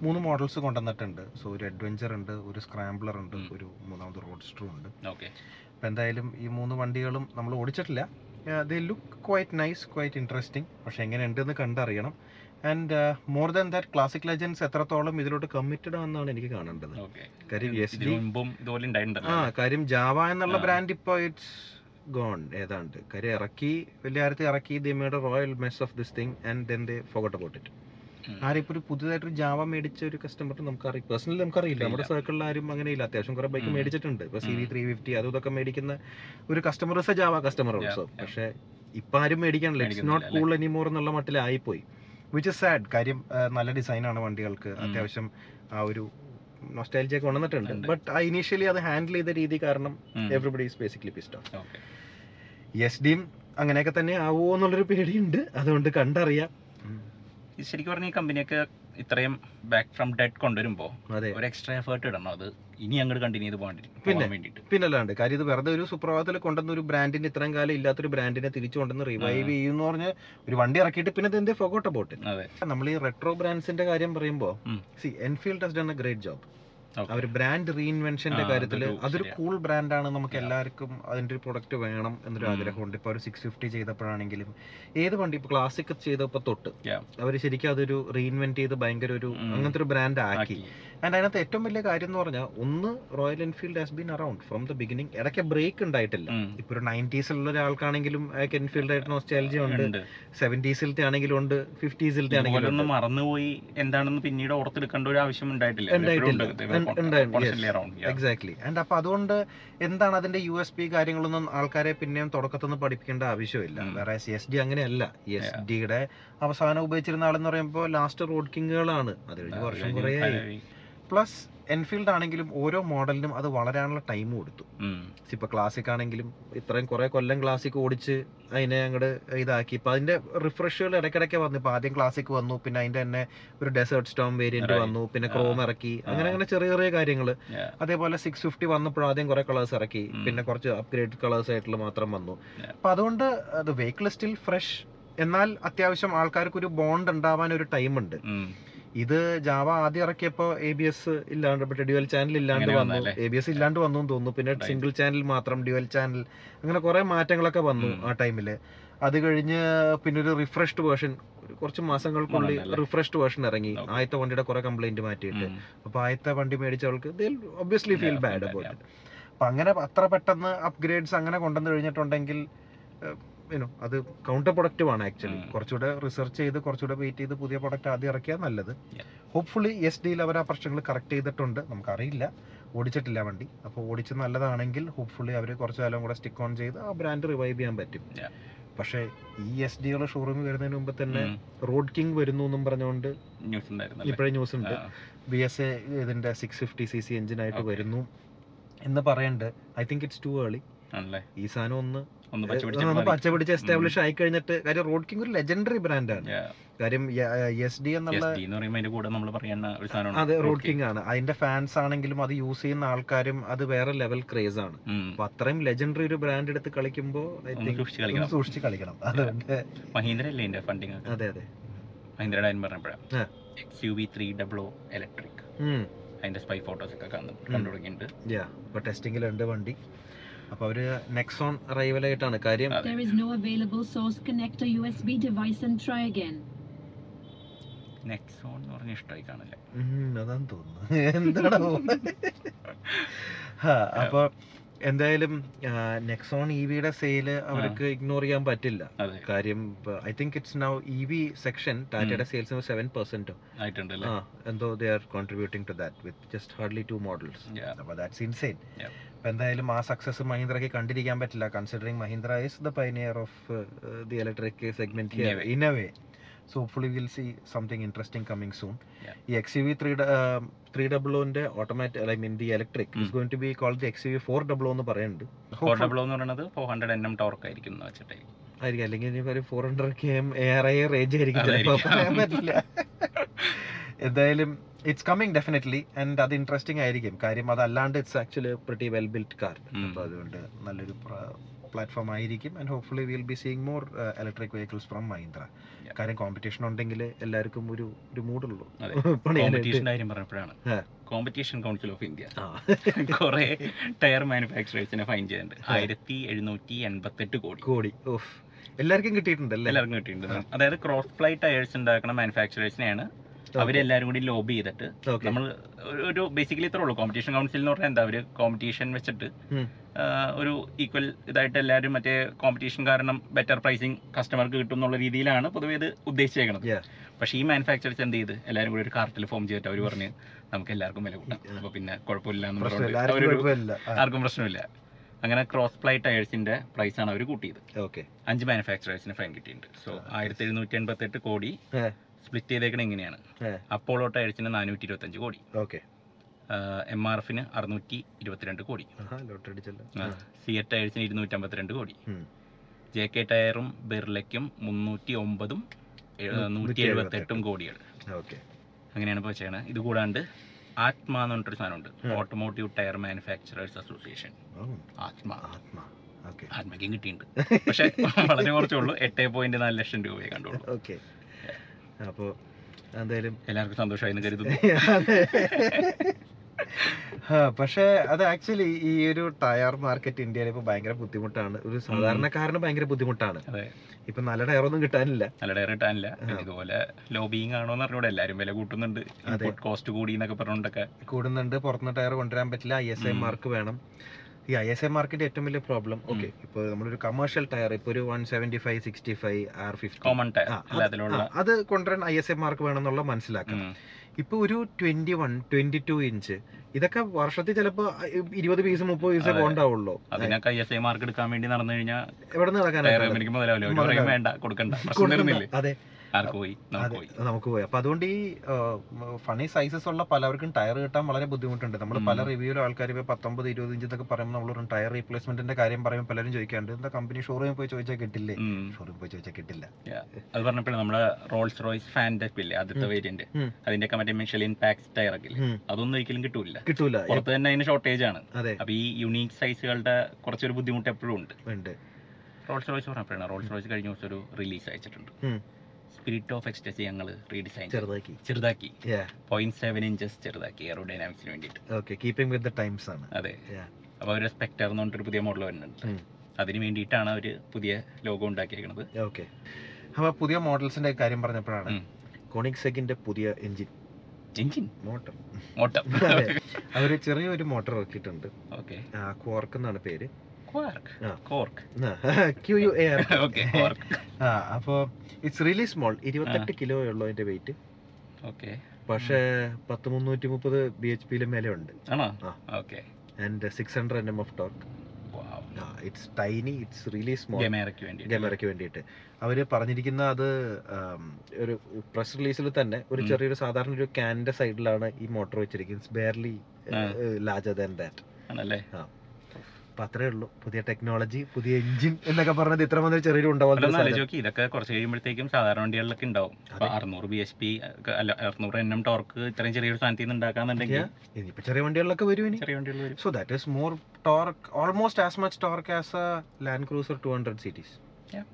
A: മൂന്ന് മോഡൽസ് കൊണ്ടുവന്നിട്ടുണ്ട് സോ ഒരു അഡ്വഞ്ചർ ഉണ്ട് ഒരു സ്ക്രാംബ്ലർ ഉണ്ട്
B: ഉം.
A: ഒരു മൂന്നാമത് റോഡ്സ്റ്ററും ഉണ്ട്
B: ഓക്കെ
A: അപ്പോൾ എന്തായാലും ഈ മൂന്ന് വണ്ടികളും നമ്മൾ ഓടിച്ചിട്ടില്ല they look quite nice quite interesting പക്ഷേ എങ്ങനെയുണ്ടെന്ന് കണ്ടറിയണം and more than that classic legends എത്രത്തോളം ഇതിലോട്ട് കമ്മിറ്റഡ് ആണെന്നാണ് എനിക്ക് കാണേണ്ടത്
B: ഓക്കെ
A: കാര്യം എസ്
B: ഇതിനു മുമ്പും ഇതുപോലെ
A: ആ
B: ഉണ്ടായിട്ടുണ്ടല്ലോ
A: കാര്യം ജാവ എന്നുള്ള
B: ആ.
A: ബ്രാൻഡ് ഇപ്പോൾ ഇറ്റ്സ് ഗോൺ ഏതാണ്ട് കാര്യം ഇറക്കി വലിയ കാര്യത്തിൽ ഇറക്കി the made royal mess of this thing and then they forgot about it
B: ഉം.
A: ആരും ഇപ്പോൾ ഒരു പുതിയതായിട്ടൊരു ജാവ മേടിച്ച ഒരു കസ്റ്റമർ നമുക്കറിയാം പേഴ്സണലി നമുക്കറിയില്ല നമ്മുടെ സർക്കിളിൽ ആരും അങ്ങനെയില്ല അത്യാവശ്യം കുറേ ബൈക്ക്
B: ഉം.
A: മേടിച്ചിട്ടുണ്ട് ഇപ്പോൾ സി വി
B: ഉം.
A: ത്രീ ഫിഫ്റ്റി അതും ഇതൊക്കെ മേടിക്കുന്ന ഒരു customer is a Jawa customer
B: Yeah,
A: also
B: yeah.
A: പക്ഷേ ഇപ്പം ആരും മേടിക്കാനില്ല ഇറ്റ്സ്
B: മേടിക്കുന്നില്ല,
A: നോട്ട് കൂൾ എനിമോർ എന്നുള്ള മട്ടിലായിപ്പോയി വിച്ച് ഇസ് സാഡ് കാര്യം ആ, നല്ല ഡിസൈനാണ് വണ്ടികൾക്ക്
B: ഉം.
A: അത്യാവശ്യം ആ ഒരു നോസ്റ്റാലജിയൊക്കെ ഉണർന്നിട്ടുണ്ട്
B: ഉണ്ട്.
A: ബട്ട് ആ ഇനീഷ്യലി അത് ഹാൻഡിൽ ചെയ്ത രീതി കാരണം
B: ഉം.
A: Everybody is basically pissed off
B: okay
A: S ഡിയും അങ്ങനെയൊക്കെ തന്നെ ആവുമോ എന്നുള്ളൊരു പേടിയുണ്ട് അതുകൊണ്ട് കണ്ടറിയാം
B: ഇത് ശരിക്കും പറഞ്ഞ ഈ കമ്പനിയൊക്കെ ഇത്രയും ബാക്ക് ഫ്രം ഡെഡ് കൊണ്ടുവരുമ്പോൾ
A: അതെ
B: ഒരു എക്സ്ട്രാ എഫേർട്ട് ഇടണം അത് ഇനി അങ്ങോട്ട് കണ്ടിന്യൂ ചെയ്ത് പോകാൻ
A: പിന്നെ?
B: പോകാൻ വേണ്ടിയിട്ട്
A: പിന്നല്ലാണ്ട് കാര്യം ഇത് വെറുതെ ഒരു സുപ്രഭാതത്തിൽ കൊണ്ടുവന്ന ഒരു ബ്രാൻഡിന് ഇത്രയും കാലം ഇല്ലാത്തൊരു ബ്രാൻഡിനെ തിരിച്ചു കൊണ്ടുവന്ന് റിവൈവ്
B: ആ.
A: ചെയ്യുമെന്ന് പറഞ്ഞ് ഒരു വണ്ടി ഇറക്കിയിട്ട് പിന്നെ ഇത് എന്തേ ഫോഗോട്ട് അബൌട്ട്
B: അതെ
A: നമ്മൾ ഈ റെട്രോ ബ്രാൻഡ്സിന്റെ കാര്യം പറയുമ്പോൾ
B: ഉം.
A: C Enfield has done a great job
B: Okay.
A: അവർ ബ്രാൻഡ് റീഇൻവെൻഷന്റെ
B: ആ,
A: കാര്യത്തിൽ
B: അതൊരു
A: അതൊരു
B: ശരിയാ.
A: കൂൾ ബ്രാൻഡാണ് നമുക്ക്
B: Yeah.
A: എല്ലാവർക്കും അതിന്റെ ഒരു പ്രൊഡക്റ്റ് വേണം എന്നൊരു
B: ഉം.
A: ആഗ്രഹമുണ്ട് ഇപ്പോൾ ഒരു സിക്സ് ഫിഫ്റ്റി ചെയ്തപ്പോഴാണെങ്കിലും ഏത് വണ്ടി ഇപ്പോൾ ക്ലാസിക് ചെയ്തപ്പോൾ തൊട്ട്
B: Yeah.
A: അവർ ശരിക്കും അതൊരു റീഇൻവെന്റ് ചെയ്ത് ഭയങ്കര ഒരു
B: ഉം.
A: അങ്ങനത്തെ ഒരു ബ്രാൻഡ് ആക്കി
B: ആക്കി
A: ആൻഡ് അതിനകത്ത് ഏറ്റവും വലിയ കാര്യം എന്ന് പറഞ്ഞാൽ ഒന്ന് Royal Enfield has been around from the beginning ഇടയ്ക്ക് ബ്രേക്ക് ഉണ്ടായിട്ടില്ല
B: ഉം.
A: ഇപ്പൊ ഒരു നയൻറ്റീസിലുള്ള ഒരാൾക്കാണെങ്കിലും അയാൾക്ക് എൻഫീൽഡ് ആയിട്ട് നോസ്റ്റാലജി ഉണ്ട്
B: ഉണ്ട്.
A: സെവൻറ്റീസിലത്തെ ആണെങ്കിലും ഉണ്ട് ഫിഫ്റ്റീസിലത്തെ ആണെങ്കിലും
B: ഇതുപോലൊന്നും
A: ഉണ്ട്.
B: മറന്നുപോയി എന്താണെന്ന് പിന്നീട് ഓർത്തെടുക്കേണ്ട ഒരു ആവശ്യം ഉണ്ടായിട്ടില്ല
A: ഉണ്ടായിട്ടില്ല. ഉണ്ട്- ഉണ്ടായിട്ടില്ല. Yes. എക്സാക്ട്ലി ആൻഡ് അപ്പൊ അതുകൊണ്ട് എന്താണ് അതിന്റെ യു എസ് പി കാര്യങ്ങളൊന്നും ആൾക്കാരെ പിന്നെയും തുടക്കത്തിൽ നിന്ന് പഠിപ്പിക്കേണ്ട ആവശ്യമില്ല
B: ഉം.
A: വേറെ എസ് ഡി അങ്ങനെയല്ല E എസ്
B: Yeah.
A: ഡിയുടെ അവസാനം ഉപയോഗിച്ചിരുന്ന ആളെന്ന് പറയുമ്പോൾ ലാസ്റ്റ് റോഡ് കിങ്ങുകളാണ് അത് കഴിഞ്ഞ് വർഷം കുറേ പ്ലസ് എൻഫീൽഡ് ആണെങ്കിലും ഓരോ മോഡലിനും അത് വളരാനുള്ള ടൈം കൊടുത്തു ഇപ്പൊ ക്ലാസിക് ആണെങ്കിലും ഇത്രയും കുറെ കൊല്ലം ക്ലാസിക് ഓടിച്ച് അതിനെ അങ്ങോട്ട് ഇതാക്കി ഇപ്പൊ അതിന്റെ റിഫ്രഷുകൾ ഇടയ്ക്കിടയ്ക്ക് വന്നു ഇപ്പൊ ആദ്യം ക്ലാസിക് വന്നു പിന്നെ അതിന്റെ തന്നെ ഒരു ഡെസേർട്ട് സ്റ്റോം വേരിയന്റ്
B: Right.
A: വന്നു പിന്നെ
B: ആ.
A: ക്രോം ഇറക്കി അങ്ങനെ
B: ആ.
A: അങ്ങനെ ചെറിയ ചെറിയ കാര്യങ്ങൾ
B: Yeah.
A: അതേപോലെ സിക്സ് ഫിഫ്റ്റി വന്നപ്പോൾ ആദ്യം കുറെ കളേഴ്സ് ഇറക്കി
B: ഉം.
A: പിന്നെ കുറച്ച് അപ്ഗ്രേഡ് കളേഴ്സ് ആയിട്ടുള്ള മാത്രം വന്നു
B: Yeah.
A: അപ്പൊ അതുകൊണ്ട് അത് വെഹിക്കിൾ സ്റ്റിൽ ഫ്രഷ് എന്നാൽ അത്യാവശ്യം ആൾക്കാർക്ക് ഒരു ബോണ്ട് ഉണ്ടാവാൻ ഒരു ടൈം ഉണ്ട് ഇത് ജാവ ആദ്യം ഇറക്കിയപ്പോൾ എ ബി എസ് ഇല്ലാണ്ട് ഇപ്പൊ ഡ്യുവൽ ചാനൽ ഇല്ലാണ്ട്
B: അങ്ങനെ
A: വന്നു
B: വന്നതല്ലേ?
A: എ ബി എസ് ഇല്ലാണ്ട് വന്നു എന്ന് തോന്നുന്നു പിന്നെ
B: Right.
A: സിംഗിൾ ചാനൽ മാത്രം ഡ്യുവൽ ചാനൽ അങ്ങനെ കുറെ മാറ്റങ്ങളൊക്കെ വന്നു
B: ഉം.
A: ആ ടൈമില് അത് കഴിഞ്ഞ് പിന്നെ ഒരു റിഫ്രഷ്ഡ് വേർഷൻ കുറച്ച് മാസങ്ങൾക്കുള്ളിൽ
B: മോഡലല്ലേ?
A: റിഫ്രഷ്ഡ് വേർഷൻ ഇറങ്ങി
B: Okay.
A: ആദ്യത്തെ വണ്ടിയുടെ കുറെ കംപ്ലൈന്റ് മാറ്റിയിട്ട് അപ്പൊ ആദ്യത്തെ വണ്ടി മേടിച്ചവൾക്ക് obviously feel
B: Yeah,
A: bad
B: feel bad,
A: about അപ്പൊ അങ്ങനെ അത്ര പെട്ടെന്ന് അപ്ഗ്രേഡ്സ് അങ്ങനെ കൊണ്ടുവന്ന് കഴിഞ്ഞിട്ടുണ്ടെങ്കിൽ യുനോ അത് കൗണ്ടർ പ്രൊഡക്റ്റീവ് ആണ് ആക്ച്വലി
B: Mm.
A: കുറച്ചുകൂടെ റിസർച്ച് ചെയ്ത് കുറച്ചുകൂടെ വെയിറ്റ് ചെയ്ത് പുതിയ പ്രൊഡക്റ്റ് ആദ്യം ഇറക്കിയാൽ നല്ലത്
B: Yeah.
A: ഹോപ്പ്ഫുള്ളി എസ് ഡിയിൽ അവർ ആ പ്രശ്നങ്ങൾ കറക്റ്റ് ചെയ്തിട്ടുണ്ട് നമുക്കറിയില്ല ഓടിച്ചിട്ടില്ല വണ്ടി അപ്പോൾ ഓടിച്ച് നല്ലതാണെങ്കിൽ ഹോപ്പ്ഫുള്ളി അവർ കുറച്ച് കാലം കൂടെ സ്റ്റിക്ക് ഓൺ ചെയ്ത് ആ ബ്രാൻഡ് റിവൈവ് ചെയ്യാൻ പറ്റും
B: Yeah.
A: പക്ഷേ ഈ എസ് ഡികളുടെ ഷോറൂമിൽ വരുന്നതിന് മുമ്പ് തന്നെ റോഡ് കിങ് വരുന്നു എന്നും പറഞ്ഞുകൊണ്ട്
B: ന്യൂസ് ഉണ്ടായിരുന്നല്ലേ
A: ഇപ്പോഴേ ന്യൂസ് ഉണ്ട്
B: ആ.
A: ബി എസ് എ ഇതിൻ്റെ സിക്സ് ഫിഫ്റ്റി സി സി എഞ്ചിനായിട്ട്
B: Okay.
A: വരുന്നു എന്ന് പറയണ്ട് I think it's too early
B: ആണല്ലേ
A: ഈ സാധനം ഒന്ന്
B: ഒന്ന് പച്ച
A: ഏഹ്, ഒന്ന്
B: പിടിച്ചു
A: പച്ച പിടിച്ച് എസ്റ്റാബ്ലിഷ് ആയി കഴിഞ്ഞിട്ട് കാര്യം റോഡ് കിങ് ഒരു ലെജൻഡറി ബ്രാൻഡാണ് കാര്യം എസ് ഡി എന്നുള്ള
B: എന്ന് പറയുമ്പോൾ അതിന്റെ കൂടെ നമ്മൾ പറയുന്ന ഒരു
A: അതെ
B: സാധനമാണ്
A: റോഡ് കിങ് ആണ് അതിന്റെ ഫാൻസ് ആണെങ്കിലും അത് യൂസ് ചെയ്യുന്ന ആൾക്കാരും അത് വേറെ ലെവൽ ക്രേസ് ആണ് അപ്പൊ അത്രയും ലെജൻഡറി ഒരു ബ്രാൻഡ് എടുത്ത് കളിക്കുമ്പോൾ ഐ
B: ഒന്ന്
A: തിങ്ക്
B: സൂക്ഷിച്ച് കളിക്കണം.
A: സൂക്ഷിച്ച് കളിക്കണം അതുകൊണ്ട്
B: മഹീന്ദ്ര അല്ലേ എന്റെ ഫണ്ടിങ് ഒക്കെ
A: അതെ അതെ
B: മഹീന്ദ്രയുടെ അതിന് പറഞ്ഞപ്പോഴാണ്
A: ആ.
B: X U V three W electric അതിന്റെ സ്പൈ ഫോട്ടോസ് ഒക്കെ കണ്ടു കണ്ടു തുടങ്ങിയിട്ടുണ്ട്
A: ഇപ്പൊ ടെസ്റ്റിംഗിലുണ്ട് വണ്ടി അപ്പൊ അവര് നെക്സോൺ അറൈവൽ ആയിട്ടാണ് കാര്യം
B: അതെ
C: There is no available source. Connect a USB device and try again.
B: Nexon എന്ന് പറഞ്ഞ ഇഷ്ടമായി കാണില്ല
A: ഉം, അതാന്ന് തോന്നുന്നു എന്താണോ അപ്പൊ എന്തായാലും E നെക്സോൺ ഇ വിയുടെ സെയില് അവർക്ക് ഇഗ്നോർ ചെയ്യാൻ പറ്റില്ല
B: അതെ
A: കാര്യം I think it's now E V section ടാറ്റയുടെ സെയിൽസ് സെവൻ പെർസെന്റോ
B: ആയിട്ടുണ്ട് അല്ലേ
A: ആ എന്തോ they are contributing to that with just hardly two models
B: Yeah.
A: അപ്പോൾ ദാറ്റ്സ് ഇൻസെയിൻ
B: Yeah.
A: അപ്പോൾ എന്തായാലും ആ സക്സസ് മഹീന്ദ്രയ്ക്ക് കണ്ടിരിക്കാൻ പറ്റില്ല considering Mahindra is the pioneer of the electric
B: In a
A: segment
B: way.
A: In a way so hopefully will see something interesting coming soon
B: Yeah.
A: ഈ X U V three three ഡബ്ലോന്റെ automatic I mean the electric is
B: Mm.
A: Going to be call the X U V four double o എന്ന് പറയുന്നുണ്ട്
B: four
A: Hopefully-
B: double എന്ന് പറയുന്നത് four hundred N M torque ആയിരിക്കും എന്ന് വെച്ചിട്ടായിരിക്കും
A: ആയിരിക്കും അല്ലെങ്കിൽ ഇനി ഒരു four hundred K M ARAI range ആയിരിക്കും ചിലപ്പോൾ
B: അതായിരിക്കാം.
A: പറയാൻ പറ്റില്ല എന്തായാലും ഇറ്റ്സ് കമ്മിങ് ഡെഫിനറ്റ്ലി ആൻഡ് അത് ഇൻട്രസ്റ്റിംഗ് ആയിരിക്കും കാര്യം അതല്ലാണ്ട് it's actually pretty well built car
B: ഉം.
A: അപ്പോൾ അതുകൊണ്ട് നല്ലൊരു പ്ര- പ്ലാറ്റ്ഫോം ആയിരിക്കും and hopefully will be seeing more electric vehicles from Mahindra
B: Yeah.
A: കാര്യം കോമ്പറ്റീഷൻ ഉണ്ടെങ്കിൽ എല്ലാവർക്കും ഒരു ഒരു മൂടുള്ളൂ
B: അതെ.
A: പണിയാനായിട്ട്
B: കോമ്പറ്റീഷൻ കാര്യം പറഞ്ഞപ്പോഴാണ്
A: ആ.
B: കോമ്പറ്റീഷൻ കൗൺസിൽ ഓഫ് ഇന്ത്യ
A: ആ.
B: കുറെ ടയർ മാനുഫാക്ചറേഴ്സിനെ ഫൈൻ ചെയ്യുന്നുണ്ട്
A: ആ.
B: ആയിരത്തി എഴുന്നൂറ്റി എൺപത്തെട്ട് കോടി
A: കോടി ഓഫ് എല്ലാവർക്കും കിട്ടിയിട്ടുണ്ടല്ലേ
B: എല്ലാവർക്കും കിട്ടിയിട്ടുണ്ട് അതായത് ക്രോസ് ഫ്ലൈ ടയേഴ്സ് ഉണ്ടാക്കുന്ന മാനുഫാക്ചറേഴ്സിനെയാണ് അവരെല്ലാവരും കൂടി ലോബി ചെയ്തിട്ട്
A: ഓക്കെ
B: നമ്മൾ ഒരു- ഒരു ബേസിക്കലി ഇത്രേ ഉള്ളൂ കോമ്പറ്റീഷൻ കൗൺസിൽ എന്ന് പറഞ്ഞാൽ എന്താ ഒരു കോമ്പറ്റീഷൻ വെച്ചിട്ട്
A: ഉം.
B: ആ, ഒരു ഈക്വൽ ഇതായിട്ട് എല്ലാവരും മറ്റേ കോമ്പറ്റീഷൻ കാരണം ബെറ്റർ പ്രൈസിങ് കസ്റ്റമർക്ക് കിട്ടും എന്നുള്ള രീതിയിലാണ് പൊതുവേ ഇത് ഉദ്ദേശിച്ചേക്കുന്നത്
A: Yeah.
B: പക്ഷേ ഈ മാനുഫാക്ചറേഴ്സ് എന്ത് ചെയ്ത് എല്ലാവരും കൂടി ഒരു കാർട്ടിൽ ഫോം ചെയ്തിട്ട് അവർ പറഞ്ഞ് നമുക്ക് എല്ലാവർക്കും വില കൂട്ടാം
A: Yeah.
B: അപ്പൊ പിന്നെ കുഴപ്പമില്ല എന്ന്
A: പ്രശ്നമില്ല
B: പറഞ്ഞുകൊണ്ട്
A: ആർക്കും
B: അവരൊരു
A: കുഴപ്പമില്ല
B: ആർക്കും പ്രശ്നമില്ല അങ്ങനെ ക്രോസ് ഫ്ലൈ ടയേഴ്സിന്റെ പ്രൈസ് ആണ് അവർ കൂട്ടിയത്
A: ഓക്കെ
B: അഞ്ച് മാനുഫാക്ചറേഴ്സിന് ഫൈൻ കിട്ടിയിട്ടുണ്ട് സോ
A: Ah,
B: ആയിരത്തി എഴുന്നൂറ്റി എൺപത്തെട്ട് കോടി
A: Yeah.
B: സ്പ്ലിറ്റ് ചെയ്തേക്കണ ഇങ്ങനെയാണ്
A: Yeah.
B: അപ്പോളോ ടയേഴ്സിന് നാനൂറ്റി ഇരുപത്തഞ്ച് കോടി
A: ഓക്കെ
B: എം ആർ എഫിന് അറുന്നൂറ്റി ഇരുപത്തിരണ്ട് കോടി
A: ലോട്ടറി അടിച്ചല്ലോ
B: സി എ ടയേഴ്സിന് ഇരുന്നൂറ്റമ്പത്തിരണ്ട് കോടി
A: ഉം.
B: ജെ കെ ടയറും ബിർലയ്ക്കും മുന്നൂറ്റി ഒമ്പതും നൂറ്റി എഴുപത്തെട്ടും കോടികൾ
A: ഓക്കെ
B: അങ്ങനെയാണ് ഇപ്പോൾ ചെയ്യണത് ഇത് കൂടാണ്ട് ആത്മ എന്ന് പറഞ്ഞിട്ടൊരു സാധനമുണ്ട്
A: Yeah.
B: Automotive tyre manufacturers association ATMA
A: ATMA okay
B: ആത്മയ്ക്കും കിട്ടിയിട്ടുണ്ട് പക്ഷെ വളരെ കുറച്ചേ ഉള്ളൂ എട്ട് പോയിന്റ് നാല് ലക്ഷം രൂപയെ കണ്ടുള്ളൂ
A: ഓക്കെ അപ്പോൾ എന്തായാലും
B: എല്ലാവർക്കും സന്തോഷമായി എന്ന് കരുതുന്നു
A: അതെ. ആ, പക്ഷേ അത് ആക്ച്വലി ഈ ഒരു ടയർ മാർക്കറ്റ് ഇന്ത്യയിൽ ഇപ്പോൾ ഭയങ്കര ബുദ്ധിമുട്ടാണ് ഒരു സാധാരണക്കാരന് ഭയങ്കര ബുദ്ധിമുട്ടാണ്
B: അതെ.
A: ഇപ്പൊ നല്ല ടയറൊന്നും കിട്ടാനില്ല
B: നല്ല ഡയർ കിട്ടാനില്ല പിന്നെ
A: ആ.
B: ഇതുപോലെ ലോബിങ് ആണോ എന്ന് അറിഞ്ഞൂടെ എല്ലാവരും വില കൂട്ടുന്നുണ്ട്
A: അതെ.
B: ഇൻപുട്ട് കോസ്റ്റ് കൂടി എന്നൊക്കെ പറഞ്ഞുകൊണ്ടൊക്കെ
A: കൂടുന്നുണ്ട് പുറത്തുനിന്ന് ടയർ കൊണ്ടുവരാൻ പറ്റില്ല ഐ എസ് ഐ
B: ഉം.
A: മാർക്ക് വേണം ഈ ഐ എസ് ഐ മാർക്കിന്റെ ഏറ്റവും വലിയ പ്രോബ്ലം ഓക്കെ ഇപ്പോൾ നമ്മളൊരു കമേഴ്ഷ്യൽ ടയർ ഇപ്പോൾ ഒരു one seventy five sixty five R fifty
B: common tyre എല്ലാത്തിലുള്ള
A: അത് കൊണ്ടുവരാൻ ഐ എസ് ഐ മാർക്ക് വേണമെന്നുള്ള മനസ്സിലാക്കണം
B: ഉം.
A: ഇപ്പൊ ഒരു twenty one twenty two inch ഇതൊക്കെ വർഷത്തിൽ ചിലപ്പോ ഇരുപത് പീസ് മുപ്പത് പീസ്
B: അതെ.
A: ഉണ്ടാവുള്ളൂ
B: അതിനൊക്കെ ഐ എസ് ഐ മാർക്ക് എടുക്കാൻ വേണ്ടി നടന്നു കഴിഞ്ഞാൽ
A: എവിടെ നിന്ന്
B: ടയർ
A: നടക്കാനാണ്
B: കമ്പനിക്ക് മുതലാവില്ല ഒരു പറയും വേണ്ട കൊടുക്കണ്ട പ്രശ്നം
A: കൊടുക്കണ്ട.
B: തരുന്നില്ലേ
A: അതെ
B: ആർക്ക് പോയി നമുക്ക്
A: അതെ
B: പോയി
A: നമുക്ക് പോയി അപ്പൊ അതുകൊണ്ട് ഈ ഫണി സൈസസ് ഉള്ള പലവർക്കും ടയർ കിട്ടാൻ വളരെ ബുദ്ധിമുട്ടുണ്ട് നമ്മൾ പല
B: ഉം.
A: റിവ്യൂവിലും ആൾക്കാർ ഇപ്പോൾ പത്തൊമ്പത് ഇരുപത് ഇഞ്ച് എന്നൊക്കെ പറയുമ്പോൾ നമ്മൾ ടയർ റീപ്ലേസ്മെന്റിന്റെ കാര്യം പറയുമ്പോൾ പലരും ചോദിക്കാറുണ്ട് എന്താ കമ്പനി ഷോറൂമിൽ പോയി ചോദിച്ചാൽ കിട്ടില്ലേ
B: ഉം.
A: ഷോറൂമിൽ പോയി ചോദിച്ചാൽ കിട്ടില്ല
B: അത് പറഞ്ഞപ്പോഴും നമ്മുടെ റോൾസ് റോയ്സ് ഫാൻഡെക് ഇല്ലേ ആദ്യത്തെ
A: ഉം.
B: വേരിയന്റ്
A: ഉം.
B: അതിന്റെ ഒക്കെ മറ്റേ മിഷലിൻ പാക്സ് ടയർ ഒക്കെ ഇല്ലേ
A: ഉം.
B: അതൊന്നും ഒരിക്കലും കിട്ടൂല
A: കിട്ടൂല
B: പുറത്ത് തന്നെ അതിന് ഷോർട്ടേജ് ആണ്
A: അതെ
B: അപ്പൊ ഈ യുണീക് സൈസുകളുടെ കുറച്ചൊരു ബുദ്ധിമുട്ട് എപ്പോഴും ഉണ്ട്
A: ഉണ്ട്
B: റോൾസ് റോയ്സ് പറഞ്ഞപ്പോഴാണ് റോൾസ് റോയ്സ് കഴിഞ്ഞ ദിവസം ഒരു റിലീസ് അയച്ചിട്ടുണ്ട്
A: ഉം.
B: സ്പിരിറ്റ് ഓഫ് എക്സ്റ്റസി ഞങ്ങൾ റീഡിസൈൻ
A: ചെറുതാക്കി
B: ചെറുതാക്കി
A: Yeah.
B: പോയിന്റ് സെവൻ ഇഞ്ചസ് ചെറുതാക്കി എയറോഡൈനാമിക്സിന് വേണ്ടിയിട്ട്
A: okay keeping with the times ആണ്
B: അതെ
A: Yeah.
B: അപ്പോൾ അവർ സ്പെക്ടർ എന്ന് പറഞ്ഞിട്ടൊരു പുതിയ മോഡൽ വരുന്നുണ്ട്
A: ഉം.
B: അതിന് വേണ്ടിയിട്ടാണ് അവർ പുതിയ ലോഗോ ഉണ്ടാക്കിയേക്കുന്നത്
A: ഓക്കെ അപ്പൊ പുതിയ മോഡൽസിന്റെ കാര്യം പറഞ്ഞപ്പോഴാണ്
B: ഉം.
A: കോണിക് സെക്കിന്റെ പുതിയ എഞ്ചിൻ
B: എഞ്ചിൻ
A: മോട്ടർ
B: മോട്ടർ
A: അതെ. അവര് ചെറിയൊരു മോട്ടർ ഇറക്കിയിട്ടുണ്ട്
B: ഓക്കെ
A: ക്വാർക്ക് എന്നാണ് പേര്
B: ക്വാർക്ക്
A: ആ.
B: Cork
A: Q U A
B: okay cork
A: ആ അപ്പോൾ ഇറ്റ്സ് റിയലി സ്മോൾ ഇരുപത്തെട്ട് കിലോ ഉള്ളൂ അതിന്റെ വെയിറ്റ്
B: ഓക്കെ
A: പക്ഷേ പത്ത് മുന്നൂറ്റി മുപ്പത് ബി എച്ച് പിയിലെ മേലെ ഉണ്ട്
B: ആണോ
A: ആ.
B: Okay
A: and six hundred N M of torque it's tiny it's really small
B: ഗമേറയ്ക്ക് വേണ്ടി
A: ഗമറയ്ക്ക് വേണ്ടിയിട്ട് അവർ പറഞ്ഞിരിക്കുന്ന അത് ആം, ഒരു പ്രസ് റിലീസിൽ തന്നെ ഒരു
B: ഉം.
A: ചെറിയൊരു സാധാരണ ഒരു ക്യാൻ്റെ സൈഡിലാണ് ഈ മോട്ടോർ വെച്ചിരിക്കുന്നത് ബെയർലി
B: ആ.
A: ലാർജർ ദാൻ ദാറ്റ്
B: ആണല്ലേ
A: അപ്പം അത്രേ ഉള്ളൂ പുതിയ ടെക്നോളജി പുതിയ എഞ്ചിൻ എന്നൊക്കെ പറഞ്ഞത് ഇത്ര മാത്രം ചെറിയൊരു
B: അല്ല ഒന്ന്
A: ഉണ്ടാവുന്ന
B: ആലോചിക്ക് ഇതൊക്കെ കുറച്ച് കഴിയുമ്പോഴത്തേക്കും സാധാരണ വണ്ടികളിലൊക്കെ ഉണ്ടാവും അപ്പൊ
A: അതെ.
B: അറുന്നൂറ് ബി എസ് പി അല്ല അറുന്നൂറ് എണ്ണം ടോർക്ക് ഇത്രയും ചെറിയൊരു സ്ഥാനത്ത് നിന്ന് ഉണ്ടാക്കാന്നുണ്ടെങ്കിൽ
A: ഇനിയിപ്പോൾ ചെറിയ വണ്ടികളിലൊക്കെ വരും ഇനി
B: ചെറിയ വണ്ടികൾ വരും
A: so that is more torque almost as much torque as a Land Cruiser two hundred series
B: Yeah.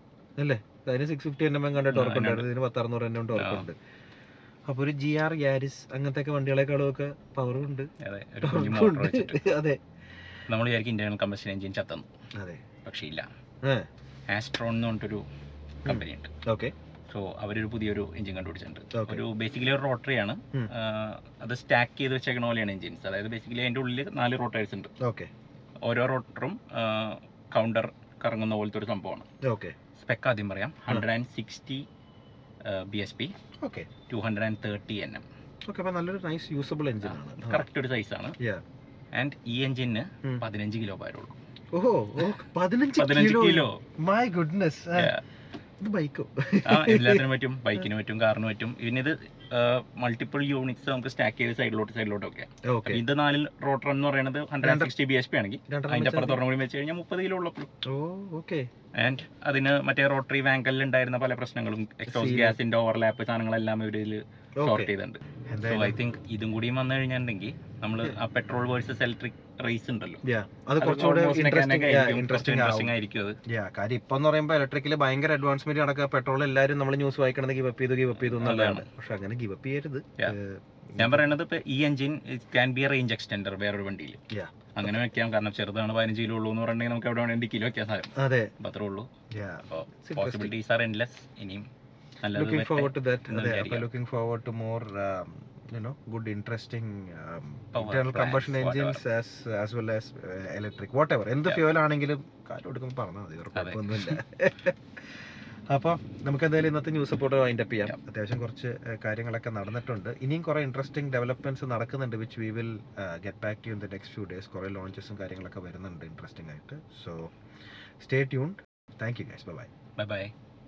A: അല്ലേ അതിന് six fifty N M M കണ്ട
B: ആ,
A: ടോർക്ക്
B: അതിനുണ്ട്.
A: ഉണ്ടായിരുന്നു ഇതിന് പത്തറുന്നൂറ് എൻ എം ടോർക്ക്
B: ആ.
A: ഉണ്ട് അപ്പോൾ ഒരു ജി ആർ യാരിസ് അങ്ങനത്തെ ഒക്കെ വണ്ടികളെക്കാളും ഒക്കെ പവറും ഉണ്ട്
B: അതെ ഒരു കുഞ്ഞു
A: torque
B: മോട്ടോർ
A: ഉണ്ട്.
B: വെച്ചിട്ട്
A: അതെ
B: നമ്മൾ വിചാരിക്കും ഇന്റേണൽ കമ്പസ്റ്റൻ എഞ്ചിൻ ചത്തെന്ന്
A: അതെ
B: പക്ഷേ ഇല്ല
A: ഏ.
B: ആസ്ട്രോൺ എന്ന് പറഞ്ഞിട്ടൊരു കമ്പനി ഉണ്ട്
A: ഓക്കെ
B: സോ അവരൊരു പുതിയൊരു എഞ്ചിൻ കണ്ടുപിടിച്ചിട്ടുണ്ട്
A: Okay.
B: ഒരു ബേസിക്കലി ഒരു റോട്ടറി ആണ്
A: ഉം.
B: ആ, അത് സ്റ്റാക്ക് ചെയ്ത് വെച്ചേക്കണ പോലെയാണ് എഞ്ചിൻസ് അതായത് ബേസിക്കലി അതിൻ്റെ ഉള്ളിൽ നാല് റോട്ടേഴ്സ് ഉണ്ട്
A: ഓക്കെ
B: ഓരോ റോട്ടറും കൗണ്ടർ കറങ്ങുന്ന പോലത്തെ ഒരു സംഭവമാണ്
A: ഓക്കെ
B: സ്പെക്ക് ആദ്യം പറയാം hundred and sixty B S P
A: okay
B: two hundred and thirty N M
A: okay അപ്പോൾ നല്ലൊരു നൈസ് യൂസബിൾ എഞ്ചിൻ ആണ് ആ.
B: കറക്റ്റ് ഒരു സൈസാണ്
A: Yeah.
B: ആൻഡ് ഈ എഞ്ചിന്
A: ഉം.
B: പതിനഞ്ച് കിലോ ഭാരമുള്ളൂ
A: ഓഹോ ഓ, പതിനഞ്ച്
B: പതിനഞ്ച്
A: കിലോ
B: കിലോ
A: മൈ ഗുഡ്നസ് ഇത് ബൈക്കോ
B: ആ, എല്ലാത്തിനും പറ്റും ബൈക്കിന് പറ്റും കാറിന് പറ്റും പിന്നെ ഇത് മൾട്ടിപ്പിൾ യൂണിറ്റ്സ് നമുക്ക് സ്റ്റാക്ക് ചെയ്ത് സൈഡിലോട്ട് സൈഡിലോട്ട് ഒക്കെ
A: ഓക്കെ
B: ഇത് നാലിൽ റോട്ടർ എന്ന് പറയുന്നത് hundred and sixty B S P ആണെങ്കിൽ അതിന്റെ അപ്പുറത്ത്
A: രണ്ടെണ്ണം
B: ഒരെണ്ണം കൂടി വെച്ച് കഴിഞ്ഞാൽ മുപ്പത് കിലോ ഉള്ളപ്പോഴും
A: ഓ ഓക്കെ
B: ആൻഡ് അതിന് മറ്റേ റോട്ടറി വാങ്കലിൽ ഉണ്ടായിരുന്ന പല പ്രശ്നങ്ങളും എക്സോസ്
A: Seal.
B: ഗ്യാസിന്റെ ഓവർലാപ്പ് സാധനങ്ങളെല്ലാം ഇവരിൽ സോർട്ട്
A: ഓക്കെ
B: ചെയ്തിട്ടുണ്ട് സോ ഐ
A: എന്തായാലും
B: തിങ്ക് ഇതും കൂടി വന്നു കഴിഞ്ഞിട്ടുണ്ടെങ്കിൽ നമ്മൾ ആ പെട്രോൾ വേഴ്സസ് ഇലക്ട്രിക് റേസ് ഉണ്ടല്ലോ
A: അത്
B: അത്
A: കുറച്ചുകൂടെ
B: almost mechanic
A: ഇൻട്രസ്റ്റിംഗ്
B: ആയിരിക്കും. കുറച്ച്
A: ഇൻട്രസ്റ്റിംഗ് ആവും
B: interesting ആയിരിക്കും അത്
A: യാ കാര്യം ഇപ്പം എന്ന് പറയുമ്പോൾ ഇലക്ട്രിക്കൽ ഭയങ്കര അഡ്വാൻസ്മെന്റ് നടക്കുക പെട്രോൾ എല്ലാവരും നമ്മൾ ന്യൂസ് വായിക്കണത് ഗിവപ്പ് ചെയ്തു ഗിവപ്പ് ചെയ്തു എന്നുള്ളതാണ് പക്ഷെ അങ്ങനെ ഗിവപ്പ് ചെയ്യരുത്
B: Yeah.
A: ഏഹ്,
B: ഞാൻ പറയണത് ഇപ്പൊ ഈ engine can be range extender വേറൊരു വണ്ടിയിൽ
A: Yeah.
B: അങ്ങനെ വെക്കാം കാരണം ചെറുതാണ് പതിനഞ്ച് കിലോ ഉള്ളൂ എന്ന് പറഞ്ഞിട്ടുണ്ടെങ്കിൽ നമുക്ക് എവിടെ വേണമെങ്കിൽ കിലോ വെക്കാൻ സാധിക്കും
A: അതെ
B: അപ്പൊ അത്രേ ഉള്ളൂ
A: yeah.
B: അപ്പൊ
A: It's interesting.
B: Possibilities R endless ഇനിയും നല്ലത്
A: looking
B: വരട്ടെ.
A: forward to that
B: എന്ന്
A: അതെ അപ്പോൾ
B: വിചാരിക്കാം.
A: Looking forward to more um, you know good interesting um,
B: Power
A: internal
B: plants,
A: combustion
B: whatever.
A: engines as as well as uh, electric whatever എന്ത്
B: Yeah.
A: Fuel ആണെങ്കിലും കാറ്റ് കൊടുക്കുമ്പോൾ പറഞ്ഞാൽ മതി വേറെ
B: അതെ.
A: കുഴപ്പമൊന്നുമില്ല അപ്പോൾ നമുക്ക് എന്തായാലും ഇന്നത്തെ ന്യൂസ് റിപ്പോർട്ട് വൈൻഡ് അപ്പ് ചെയ്യാം
B: Yeah.
A: അത്യാവശ്യം കുറച്ച് uh, കാര്യങ്ങളൊക്കെ നടന്നിട്ടുണ്ട് ഇനിയും കുറേ ഇൻട്രസ്റ്റിംഗ് ഡെവലപ്മെന്റ്സ് നടക്കുന്നുണ്ട് which we will get back to in the next few days കുറേ ലോഞ്ചസും കാര്യങ്ങളൊക്കെ വരുന്നുണ്ട് ഇൻട്രസ്റ്റിംഗ് ആയിട്ട് so stay tune thank you guys bye
B: bye by